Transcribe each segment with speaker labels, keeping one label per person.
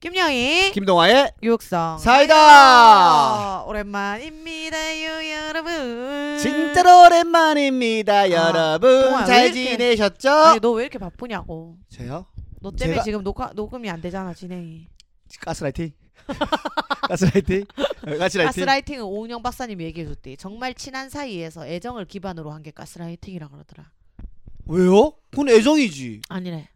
Speaker 1: 김영희
Speaker 2: 김동아의
Speaker 1: 육성 음.
Speaker 2: 사이다.
Speaker 1: 오랜만입니다요 여러분.
Speaker 2: 진짜로 오랜만입니다, 여러분.
Speaker 1: 아, 동아, 왜
Speaker 2: 잘
Speaker 1: 이렇게-
Speaker 2: 지내셨죠?
Speaker 1: 아니 너 왜 이렇게 바쁘냐고.
Speaker 2: 저요?
Speaker 1: 너 때문에
Speaker 2: 제가-
Speaker 1: 지금 녹화 녹음이 안 되잖아 진행이.
Speaker 2: 가스라이팅? 가스라이팅? 어, 가스라이팅?
Speaker 1: 가스라이팅은 오은영 박사님이 얘기해줬대. 정말 친한 사이에서 애정을 기반으로 한 게 가스라이팅이라 그러더라.
Speaker 2: 왜요? 그건 애정이지.
Speaker 1: 아니래.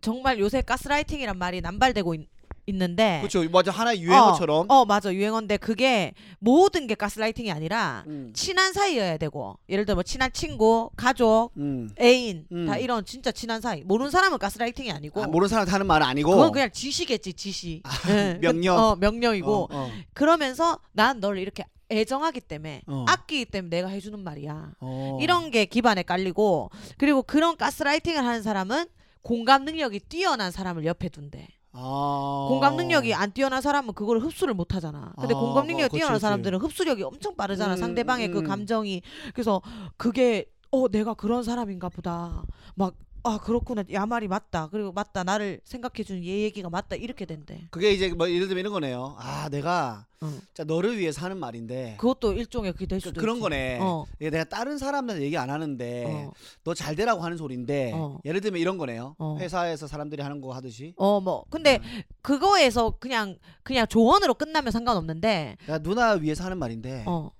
Speaker 1: 정말 요새 가스라이팅이란 말이 남발되고 있, 있는데.
Speaker 2: 그렇죠. 맞아. 하나의 유행어처럼.
Speaker 1: 네. 어, 어 맞아 유행어인데 그게 모든 게 가스라이팅이 아니라
Speaker 2: 음.
Speaker 1: 친한 사이여야 되고 예를 들어 뭐 친한 친구, 가족,
Speaker 2: 음.
Speaker 1: 애인
Speaker 2: 음.
Speaker 1: 다 이런 진짜 친한 사이 모르는 사람은 가스라이팅이 아니고
Speaker 2: 아, 모르는 사람 하는 말은 아니고.
Speaker 1: 어. 그건 그냥 지시겠지 지시 예.
Speaker 2: 명령.
Speaker 1: 어, 명령이고
Speaker 2: 어, 어.
Speaker 1: 그러면서 난 널 이렇게 애정하기 때문에
Speaker 2: 어.
Speaker 1: 아끼기 때문에 내가 해주는 말이야
Speaker 2: 어.
Speaker 1: 이런 게 기반에 깔리고 그리고 그런 가스라이팅을 하는 사람은 공감 능력이 뛰어난 사람을 옆에 둔대
Speaker 2: 아.
Speaker 1: 공감 능력이 안 뛰어난 사람은 그걸 흡수를 못 하잖아. 근데
Speaker 2: 아,
Speaker 1: 공감
Speaker 2: 어,
Speaker 1: 능력이
Speaker 2: 그치,
Speaker 1: 뛰어난
Speaker 2: 그치.
Speaker 1: 사람들은 흡수력이 엄청 빠르잖아.
Speaker 2: 음,
Speaker 1: 상대방의 그
Speaker 2: 음.
Speaker 1: 감정이. 그래서 그게 어 내가 그런 사람인가 보다. 막 아 그렇구나. 야 말이 맞다. 그리고 맞다. 나를 생각해 주는 얘 얘기가 맞다. 이렇게 된대.
Speaker 2: 그게 이제 뭐 예를 들면 이런 거네요. 아, 내가
Speaker 1: 응.
Speaker 2: 자, 너를 위해서 하는 말인데.
Speaker 1: 그것도 일종의 그게 될
Speaker 2: 그,
Speaker 1: 수도
Speaker 2: 런
Speaker 1: 있지.
Speaker 2: 거네. 네.
Speaker 1: 어.
Speaker 2: 이게 내가 다른 사람들한테 얘기 안 하는데
Speaker 1: 어.
Speaker 2: 너 잘 되라고 하는 소리인데
Speaker 1: 어.
Speaker 2: 예를 들면 이런 거네요.
Speaker 1: 어.
Speaker 2: 회사에서 사람들이 하는 거 하듯이
Speaker 1: 어 뭐 근데
Speaker 2: 음.
Speaker 1: 그거에서 그냥 그냥 조언으로 끝나면 상관없는데
Speaker 2: 야 누나 위해서 하는 말인데
Speaker 1: 어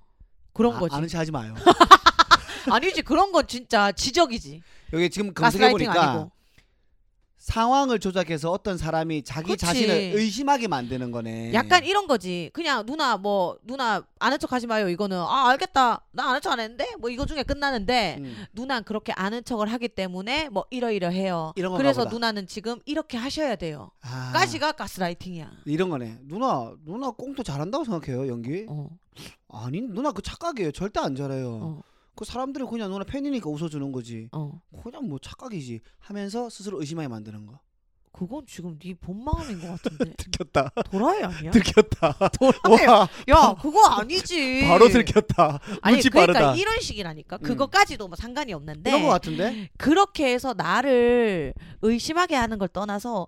Speaker 1: 그런
Speaker 2: 네. 아,
Speaker 1: 거지
Speaker 2: 아는 체 하지 마요.
Speaker 1: 아니지 그런 건 진짜 지적이지
Speaker 2: 여기 지금 검색해
Speaker 1: 가스라이팅
Speaker 2: 보니까
Speaker 1: 아니고
Speaker 2: 상황을 조작해서 어떤 사람이 자기
Speaker 1: 그치.
Speaker 2: 자신을 의심하게 만드는 거네.
Speaker 1: 약간 이런 거지. 그냥 누나 뭐 누나 아는 척 하지 마요. 이거는 아 알겠다. 나 아는 척 안 했는데 뭐 이거 중에 끝나는데
Speaker 2: 음.
Speaker 1: 누난 그렇게 아는 척을 하기 때문에 뭐 이러이러해요.
Speaker 2: 이런 건가
Speaker 1: 그래서
Speaker 2: 보다.
Speaker 1: 누나는 지금 이렇게 하셔야 돼요.
Speaker 2: 아,
Speaker 1: 까지가 가스라이팅이야.
Speaker 2: 이런 거네. 누나 누나 꽁도 잘한다고 생각해요 연기?
Speaker 1: 어,
Speaker 2: 아니 누나 그 착각이에요. 절대 안 잘해요.
Speaker 1: 어,
Speaker 2: 그 사람들은 그냥 누나 팬이니까 웃어주는 거지.
Speaker 1: 어.
Speaker 2: 그냥 뭐 착각이지 하면서 스스로 의심하게 만드는 거.
Speaker 1: 그건 지금 네 본 마음인 것 같은데.
Speaker 2: 들켰다.
Speaker 1: 도라이 아니야?
Speaker 2: 들켰다.
Speaker 1: 도라이. 야, 그거 아니지.
Speaker 2: 들켰다.
Speaker 1: 아니
Speaker 2: 눈치
Speaker 1: 그러니까
Speaker 2: 빠르다.
Speaker 1: 이런 식이라니까.
Speaker 2: 음.
Speaker 1: 그거까지도 뭐 상관이 없는데.
Speaker 2: 이런 거 같은데?
Speaker 1: 그렇게 해서 나를 의심하게 하는 걸 떠나서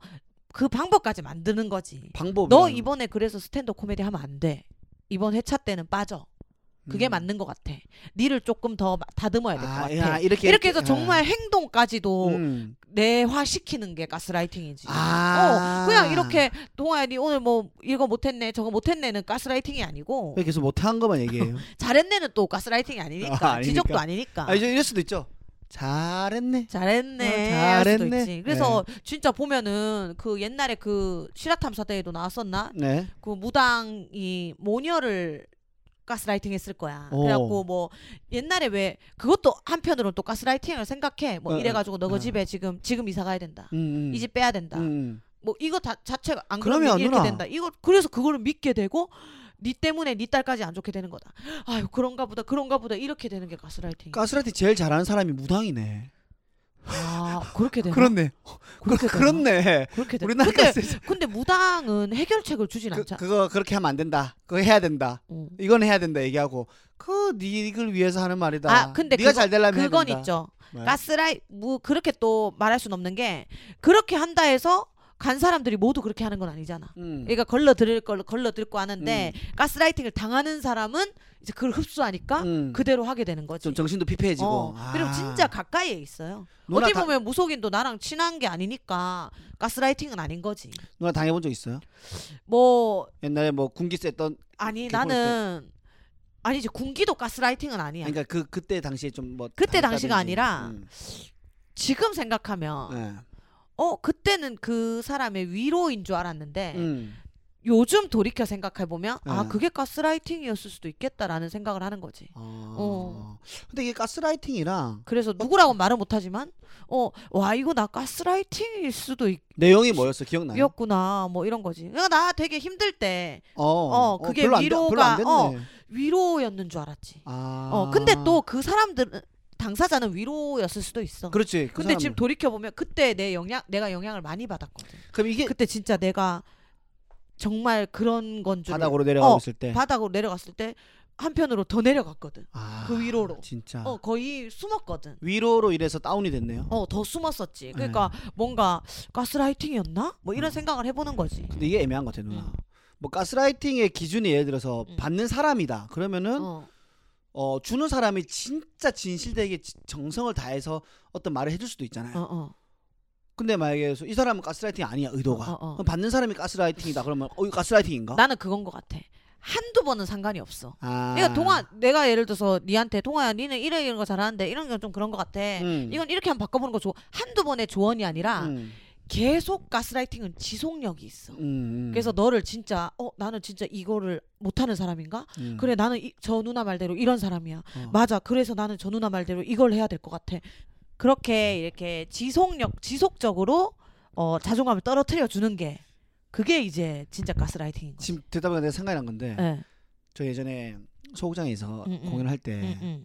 Speaker 1: 그 방법까지 만드는 거지.
Speaker 2: 방법.
Speaker 1: 너 이번에 그래서 스탠드 코미디 하면 안 돼. 이번 회차 때는 빠져. 그게 맞는 것 같아. 니를 조금 더 다듬어야 될 것
Speaker 2: 음. 아,
Speaker 1: 같아.
Speaker 2: 야, 이렇게
Speaker 1: 이렇게 해서
Speaker 2: 아.
Speaker 1: 정말 뭐 행동까지도
Speaker 2: 음.
Speaker 1: 내화시키는 게 가스라이팅이지.
Speaker 2: 아.
Speaker 1: 어, 그냥 이렇게 동아야 니 오늘 뭐 이거 못했네 저거 못했네는 가스라이팅이 아니고
Speaker 2: 왜 계속 못한 것만 얘기해요?
Speaker 1: 잘했네는 또 가스라이팅이 아니니까
Speaker 2: 그 아, 아니니까.
Speaker 1: 지적도 아니니까.
Speaker 2: 아 이제 이럴 수도 있죠. 잘했네.
Speaker 1: 잘했네.
Speaker 2: 어,
Speaker 1: 할 수도
Speaker 2: 잘했네.
Speaker 1: 있지. 그래서 진짜 보면은 그 옛날에 그 실화탐사 때에도 나왔었나?
Speaker 2: 네.
Speaker 1: 그 무당이 모녀를 가스라이팅 했을 거야.
Speaker 2: 오.
Speaker 1: 그래갖고 뭐 옛날에 왜 그것도 한편으로 또 가스라이팅을 생각해. 뭐
Speaker 2: 어,
Speaker 1: 이래가지고 너그
Speaker 2: 어.
Speaker 1: 집에 지금 지금 이사 가야 된다.
Speaker 2: 음, 음.
Speaker 1: 이 집 빼야 된다.
Speaker 2: 음,
Speaker 1: 뭐 이거 다 자체가 안
Speaker 2: 그러면
Speaker 1: 그러면 이렇게
Speaker 2: 누나.
Speaker 1: 된다. 이거 그래서 그거를 믿게 되고 니 때문에 니 딸까지 안 좋게 되는 거다. 아유 그런가 보다 그런가 보다 이렇게 되는 게 가스라이팅.
Speaker 2: 가스라이팅 제일 잘하는 사람이 무당이네.
Speaker 1: 아 그렇게 되나?
Speaker 2: 그렇네.
Speaker 1: 그렇게 되나?
Speaker 2: 그렇네.
Speaker 1: 그렇게 돼.
Speaker 2: 우리나라
Speaker 1: 근데
Speaker 2: 가스-
Speaker 1: 근데 무당은 해결책을 주진
Speaker 2: 그,
Speaker 1: 않잖아.
Speaker 2: 그거 그렇게 하면 안 된다. 그거 해야 된다.
Speaker 1: 어.
Speaker 2: 이건 해야 된다 얘기하고 그 니를 위해서 하는 말이다.
Speaker 1: 아, 근데
Speaker 2: 네가
Speaker 1: 그거-
Speaker 2: 잘 되려면 해야
Speaker 1: 그건
Speaker 2: 된다.
Speaker 1: 있죠.
Speaker 2: 네.
Speaker 1: 가스라이 뭐 그렇게 또 말할 순 없는 게 그렇게 한다 해서 간 사람들이 모두 그렇게 하는 건 아니잖아.
Speaker 2: 음.
Speaker 1: 그러니까 걸러 들을 걸 걸러 들고 하는데 가스라이팅을 당하는 사람은 이제 그걸 흡수하니까
Speaker 2: 음.
Speaker 1: 그대로 하게 되는 거지.
Speaker 2: 좀 정신도 피폐해지고.
Speaker 1: 어,
Speaker 2: 아.
Speaker 1: 그리고 진짜 가까이에 있어요.
Speaker 2: 누나
Speaker 1: 어디
Speaker 2: 다-
Speaker 1: 보면 무속인도 나랑 친한 게 아니니까 가스라이팅은 아닌 거지.
Speaker 2: 누나 당해본 적 있어요?
Speaker 1: 뭐
Speaker 2: 옛날에 뭐 군기 쐈던
Speaker 1: 아니
Speaker 2: 이렇게 볼 때.
Speaker 1: 나는 아니지 군기도 가스라이팅은 아니야.
Speaker 2: 그러니까 그 그때 당시에
Speaker 1: 예.
Speaker 2: 좀뭐 음.
Speaker 1: 그때 당시가 아니라 지금 생각하면
Speaker 2: 네.
Speaker 1: 어 그때는 그 사람의 위로인 줄 알았는데 요즘 돌이켜 생각해 보면 아
Speaker 2: 음. 네.
Speaker 1: 그게 가스라이팅이었을 수도 있겠다라는 생각을 하는 거지.
Speaker 2: 어.
Speaker 1: 어.
Speaker 2: 근데 이게 가스라이팅이랑
Speaker 1: 그래서 누구라고 말은 못하지만 어 와 이거 나 가스라이팅일 수도
Speaker 2: 내용이 뭐였어 기억나요?
Speaker 1: 있겠구나 뭐 이런 거지. 그러니까 나 되게 힘들 때
Speaker 2: 어,
Speaker 1: 어, 그게
Speaker 2: 별로 안 돼- 별로 안
Speaker 1: 위로가,
Speaker 2: 됐네.
Speaker 1: 위로였는 줄 알았지.
Speaker 2: 아.
Speaker 1: 어 근데 또 그 사람들은 당사자는 위로였을 수도 있어.
Speaker 2: 그렇지. 그
Speaker 1: 근데
Speaker 2: 사람은.
Speaker 1: 지금 돌이켜 보면 그때 내 영향 내가 영향을 많이 받았거든.
Speaker 2: 그럼 이게
Speaker 1: 그때 진짜 내가 정말 그런 건줄
Speaker 2: 바닥으로 내려가고
Speaker 1: 어,
Speaker 2: 있을 때
Speaker 1: 바닥으로 내려갔을 때 한편으로 더 내려갔거든.
Speaker 2: 아,
Speaker 1: 그 위로로.
Speaker 2: 진짜
Speaker 1: 어 거의 숨었거든.
Speaker 2: 위로로 인해서 다운이 됐네요. 어.
Speaker 1: 어 더 숨었었지. 그러니까 뭔가 가스라이팅이었나? 뭐 이런 생각을 해보는 거지.
Speaker 2: 근데 이게 애매한 것 같아 누나.
Speaker 1: 음.
Speaker 2: 뭐 가스라이팅의 기준이 예를 들어서
Speaker 1: 음.
Speaker 2: 받는 사람이다. 그러면은 어.
Speaker 1: 어.
Speaker 2: 주는 사람이 진짜 진실되게 지- 정성을 다해서 어떤 말을 해줄 수도 있잖아요.
Speaker 1: 어, 어.
Speaker 2: 근데 만약에 이 사람은 가스라이팅 아니야 의도가.
Speaker 1: 어, 어, 어.
Speaker 2: 그럼 받는 사람이 가스라이팅이다. 그러면 어 이거 가스라이팅인가?
Speaker 1: 나는 그건 것 같아. 한두 번은 상관이 없어.
Speaker 2: 아.
Speaker 1: 그러니까 동아 내가 예를 들어서 니한테 동아야 니는 이런 이런 거 잘하는데 이런 건 좀 그런 것 같아.
Speaker 2: 음.
Speaker 1: 네, 이건 이렇게 한번 바꿔보는 거 좋아. 한두 번의 조언이 아니라
Speaker 2: 음,
Speaker 1: 계속 가스라이팅은 지속력이 있어.
Speaker 2: 음, 음.
Speaker 1: 그래서 너를 진짜 어 나는 진짜 이거를 못하는 사람인가?
Speaker 2: 음.
Speaker 1: 그래 나는 이, 저 누나 말대로 이런 사람이야.
Speaker 2: 어.
Speaker 1: 맞아. 그래서 나는 저 누나 말대로 이걸 해야 될 것 같아. 그렇게 이렇게 지속력 지속적으로 어, 자존감을 떨어뜨려 주는 게 그게 이제 진짜 가스라이팅인 거지.
Speaker 2: 지금 대답하니까 내가 생각이 난 건데
Speaker 1: 예.
Speaker 2: 저 예전에 소극장에서
Speaker 1: 음, 음.
Speaker 2: 공연할 때
Speaker 1: 응, 응.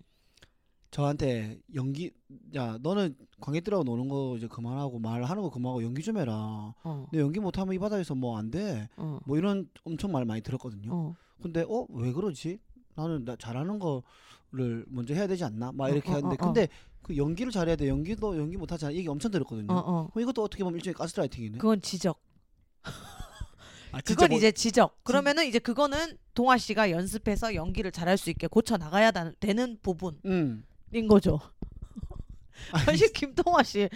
Speaker 2: 저한테 연기 야 너는 관객들하고 노는 거 이제 그만하고 말하는 거 그만하고 연기 좀 해라
Speaker 1: 어.
Speaker 2: 너 연기 못하면 이 바닥에서 뭐 안 돼 뭐
Speaker 1: 어.
Speaker 2: 이런 엄청 말 많이 들었거든요
Speaker 1: 어.
Speaker 2: 근데 어 왜 그러지 나는 나 잘하는 거를 먼저 해야 되지 않나 막 이렇게
Speaker 1: 어, 어,
Speaker 2: 하는데
Speaker 1: 어, 어.
Speaker 2: 근데 그 연기를 잘해야 돼 연기도 연기 못하잖아 얘기 엄청 들었거든요
Speaker 1: 어. 어.
Speaker 2: 그럼 이것도 어떻게 보면 일종의 가스라이팅이네
Speaker 1: 그건 지적.
Speaker 2: 아, 진짜
Speaker 1: 그건
Speaker 2: 뭐-
Speaker 1: 이제 지적. 그러면은 이제 그거는 동아 씨가 연습해서 연기를 잘할 수 있게 고쳐 나가야 다- 되는 부분인
Speaker 2: 음
Speaker 1: 거죠. 사실 김동아 씨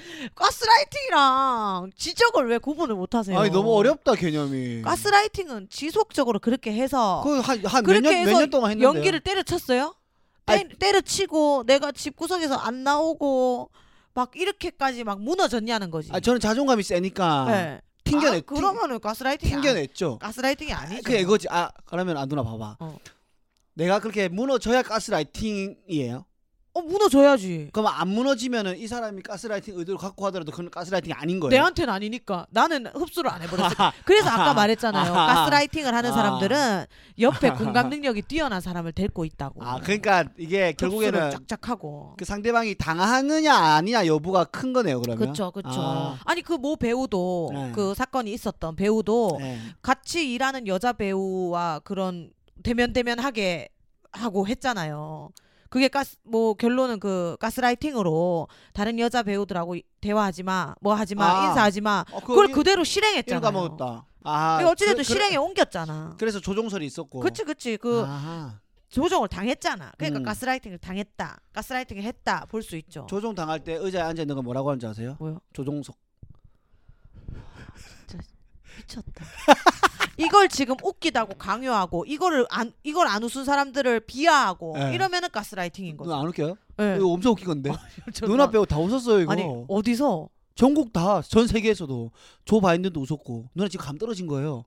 Speaker 1: 가스라이팅이랑 지적을 왜 구분을 못 하세요?
Speaker 2: 아니 너무 어렵다 개념이
Speaker 1: 네. 가스라이팅은 지속적으로 그렇게 해서 그렇게 해서
Speaker 2: 그한몇년몇년 동안 했는데
Speaker 1: 연기를 때려쳤어요? 때, 때려치고 내가 집 구석에서 안 나오고 막 이렇게까지 막 무너졌냐는 거지.
Speaker 2: 아 저는 자존감이 세니까
Speaker 1: 네.
Speaker 2: 튕겨내
Speaker 1: 아, 그러면은 가스라이팅이
Speaker 2: 튕, 겨냈죠
Speaker 1: 아니, 가스라이팅이 아니죠.
Speaker 2: 그 이거지 아 그러면 안 누나 봐봐
Speaker 1: 어.
Speaker 2: 내가 그렇게 무너져야 가스라이팅이에요
Speaker 1: 어 무너져야지.
Speaker 2: 그럼 안 무너지면은 이 사람이 가스라이팅 의도를 갖고 하더라도 그건 가스라이팅이 아닌 거예요
Speaker 1: 내한테는 아니니까 나는 흡수를 안 해버렸어. 그래서 아까
Speaker 2: 아하.
Speaker 1: 말했잖아요.
Speaker 2: 아하.
Speaker 1: 가스라이팅을 하는
Speaker 2: 아.
Speaker 1: 사람들은 옆에 공감 능력이 뛰어난 사람을 데리고 있다고.
Speaker 2: 아 그러니까 이게 결국에는
Speaker 1: 쫙쫙 하고.
Speaker 2: 그 상대방이 당하느냐 아니냐 여부가 큰 거네요 그러면
Speaker 1: 그렇죠, 그렇죠.
Speaker 2: 아.
Speaker 1: 아. 니 그 모 배우도
Speaker 2: 네.
Speaker 1: 그 사건이 있었던 배우도
Speaker 2: 네.
Speaker 1: 같이 일하는 여자 배우와 그런 대면 대면하게 하고 했잖아요. 그게 가스 뭐 결론은 그 가스라이팅으로 다른 여자 배우들하고 이- 대화하지 마, 뭐 하지 마,
Speaker 2: 아.
Speaker 1: 인사하지 마.
Speaker 2: 어,
Speaker 1: 그걸
Speaker 2: 이-
Speaker 1: 그대로
Speaker 2: 이런
Speaker 1: 실행했잖아요.
Speaker 2: 까먹었다 아
Speaker 1: 이거 어찌됐든
Speaker 2: 그- 그-
Speaker 1: 실행에 옮겼잖아.
Speaker 2: 그래서 조종설이 있었고
Speaker 1: 그치 그치 그
Speaker 2: 아하.
Speaker 1: 조정을 당했잖아. 그러니까
Speaker 2: 음.
Speaker 1: 가스라이팅을 당했다. 가스라이팅을 했다. 볼 수 있죠.
Speaker 2: 조종 당할 때 의자에 앉아 있는 거 뭐라고 하는지 아세요?
Speaker 1: 뭐요?
Speaker 2: 조종석.
Speaker 1: 미쳤다. 이걸 지금 웃기다고 강요하고 이거를 안 이걸 안 웃은 사람들을 비하하고
Speaker 2: 네.
Speaker 1: 이러면은 가스라이팅인 거죠.
Speaker 2: 누나 안 웃겨요?
Speaker 1: 네.
Speaker 2: 이거 엄청 웃긴 건데.
Speaker 1: 저
Speaker 2: 누나
Speaker 1: 누나-
Speaker 2: 빼고 다 웃었어요 이거.
Speaker 1: 아니 어디서
Speaker 2: 전국 다 전 세계에서도 조 바이든도 웃었고 누나 지금 감 떨어진 거예요.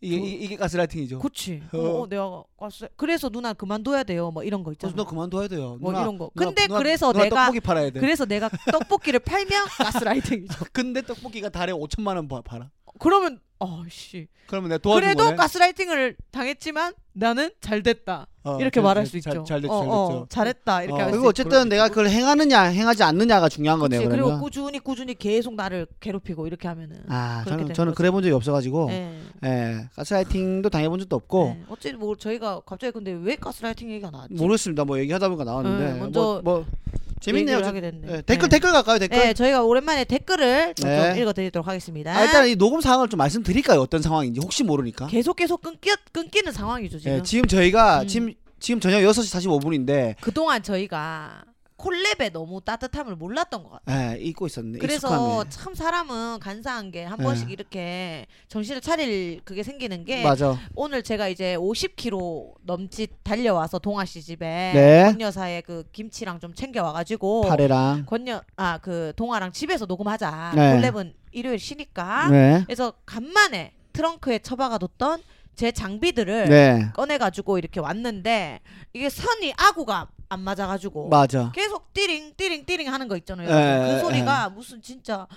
Speaker 2: 이게
Speaker 1: 저-
Speaker 2: 이게, 이게 가스라이팅이죠.
Speaker 1: 그치 어,
Speaker 2: 어.
Speaker 1: 어, 내가 가스 그래서 누나 그만둬야 돼요 뭐 이런 거
Speaker 2: 그래서
Speaker 1: 있잖아
Speaker 2: 누나 그만둬야 돼요.
Speaker 1: 뭐
Speaker 2: 누나,
Speaker 1: 이런 거
Speaker 2: 누나-
Speaker 1: 근데
Speaker 2: 누나-
Speaker 1: 그래서
Speaker 2: 누나
Speaker 1: 내가
Speaker 2: 떡볶이 팔아야 돼.
Speaker 1: 그래서 내가 떡볶이를 팔면 가스라이팅이죠 어,
Speaker 2: 근데 떡볶이가 달에 5천만 원 바- 팔아.
Speaker 1: 그러면 아씨
Speaker 2: 그러면 내가 도와준
Speaker 1: 그래도
Speaker 2: 거네.
Speaker 1: 가스라이팅을 당했지만 나는 잘 됐다
Speaker 2: 어,
Speaker 1: 이렇게
Speaker 2: 잘-
Speaker 1: 말할
Speaker 2: 잘-
Speaker 1: 수 있죠
Speaker 2: 잘, 잘 됐죠.
Speaker 1: 어,
Speaker 2: 잘
Speaker 1: 어,
Speaker 2: 됐죠.
Speaker 1: 잘했다 이렇게
Speaker 2: 어,
Speaker 1: 할수
Speaker 2: 그리고 어쨌든 내가 그걸 행하느냐 행하지 않느냐가 중요한 거네요.
Speaker 1: 그치, 그리고
Speaker 2: 그러면.
Speaker 1: 꾸준히 꾸준히 계속 나를 괴롭히고 이렇게 하면은
Speaker 2: 아
Speaker 1: 그렇게
Speaker 2: 저는
Speaker 1: 되는
Speaker 2: 저는
Speaker 1: 거지.
Speaker 2: 그래 본 적이 없어가지고 예
Speaker 1: 예,
Speaker 2: 가스라이팅도 당해본 적도 없고
Speaker 1: 예. 어찌 뭐 저희가 갑자기 근데 왜 가스라이팅 얘기가 나왔지
Speaker 2: 모르겠습니다. 뭐 얘기하다 보니까 나왔는데
Speaker 1: 네,
Speaker 2: 뭐-
Speaker 1: 먼저
Speaker 2: 뭐,
Speaker 1: 얘기를
Speaker 2: 재밌네요. 저-
Speaker 1: 하게 됐네
Speaker 2: 예, 댓글 댓글 갈까요? 댓글.
Speaker 1: 네, 저희가 오랜만에 댓글을 좀
Speaker 2: 네.
Speaker 1: 읽어드리도록 하겠습니다.
Speaker 2: 아, 일단 이 녹음 상황을 좀 말씀드릴까요? 어떤 상황인지 혹시 모르니까.
Speaker 1: 계속 계속 끊기, 끊기는 상황이죠 지금.
Speaker 2: 예, 지금 저희가
Speaker 1: 음.
Speaker 2: 지금 지금 저녁 6시 45분인데
Speaker 1: 그동안 저희가 콜랩에 너무 따뜻함을 몰랐던 것 같아요.
Speaker 2: 예, 잊고 있었네.
Speaker 1: 그래서
Speaker 2: 익숙함에.
Speaker 1: 참 사람은 간사한 게 한
Speaker 2: 네.
Speaker 1: 번씩 이렇게 정신을 차릴 그게 생기는 게
Speaker 2: 맞아.
Speaker 1: 오늘 제가 이제 50km 넘짓 달려와서 동아 씨 집에
Speaker 2: 네.
Speaker 1: 권여사의 그 김치랑 좀 챙겨와가지고
Speaker 2: 파레랑.
Speaker 1: 권여 아 그 동아랑 집에서 녹음하자.
Speaker 2: 네.
Speaker 1: 콜랩은 일요일 쉬니까.
Speaker 2: 네.
Speaker 1: 그래서 간만에 트렁크에 처박아뒀던 제 장비들을
Speaker 2: 네.
Speaker 1: 꺼내가지고 이렇게 왔는데 이게 선이 아구가 안 맞아가지고
Speaker 2: 맞아.
Speaker 1: 계속 띠링 띠링 띠링 하는 거 있잖아요.
Speaker 2: 에,
Speaker 1: 여러분.
Speaker 2: 에,
Speaker 1: 그 소리가 무슨 진짜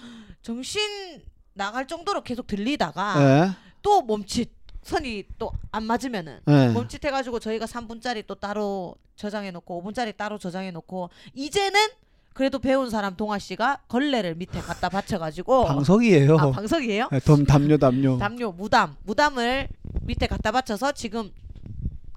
Speaker 1: 정신 나갈 정도로 계속 들리다가
Speaker 2: 예.
Speaker 1: 또 멈칫 선이 또 안 맞으면은
Speaker 2: 예.
Speaker 1: 멈칫해가지고 저희가 3분짜리 또 따로 저장해놓고 5분짜리 따로 저장해놓고 이제는 그래도 배운 사람 동아 씨가 걸레를 밑에 갖다 받쳐가지고
Speaker 2: 방석이에요. 네.
Speaker 1: 아 방석이에요?
Speaker 2: 예, 담 담요 담요.
Speaker 1: 담요 무담 무담을 밑에 갖다 받쳐서 지금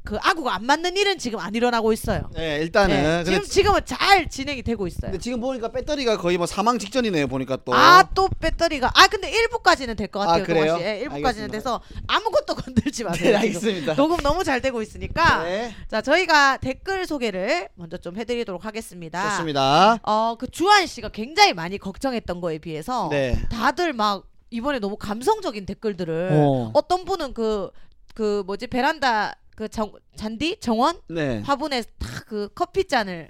Speaker 1: 그 아구가 안 맞는 일은 지금 안 일어나고 있어요.
Speaker 2: 네, 일단은
Speaker 1: 네,
Speaker 2: 근데
Speaker 1: 지금 지금은 잘 진행이 되고 있어요.
Speaker 2: 근데 지금 보니까 배터리가 거의 뭐 사망 직전이네요 보니까 또.
Speaker 1: 아 또 배터리가 아 근데 1부까지는 될 것
Speaker 2: 아,
Speaker 1: 같아요.
Speaker 2: 그래요?
Speaker 1: 동아 씨. 예, 1부까지는
Speaker 2: 알겠습니다.
Speaker 1: 돼서 아무것도 건들지 마세요.
Speaker 2: 네,
Speaker 1: 지금.
Speaker 2: 알겠습니다.
Speaker 1: 녹음 너무 잘 되고 있으니까
Speaker 2: 네,
Speaker 1: 자 저희가 댓글 소개를 먼저 좀 해드리도록 하겠습니다.
Speaker 2: 좋습니다.
Speaker 1: 어그 주한 씨가 굉장히 많이 걱정했던 거에 비해서
Speaker 2: 네.
Speaker 1: 다들 막 이번에 너무 감성적인 댓글들을
Speaker 2: 어.
Speaker 1: 어떤 분은 그 그 뭐지 베란다 그 정, 잔디 정원
Speaker 2: 네.
Speaker 1: 화분에 탁 그 커피 잔을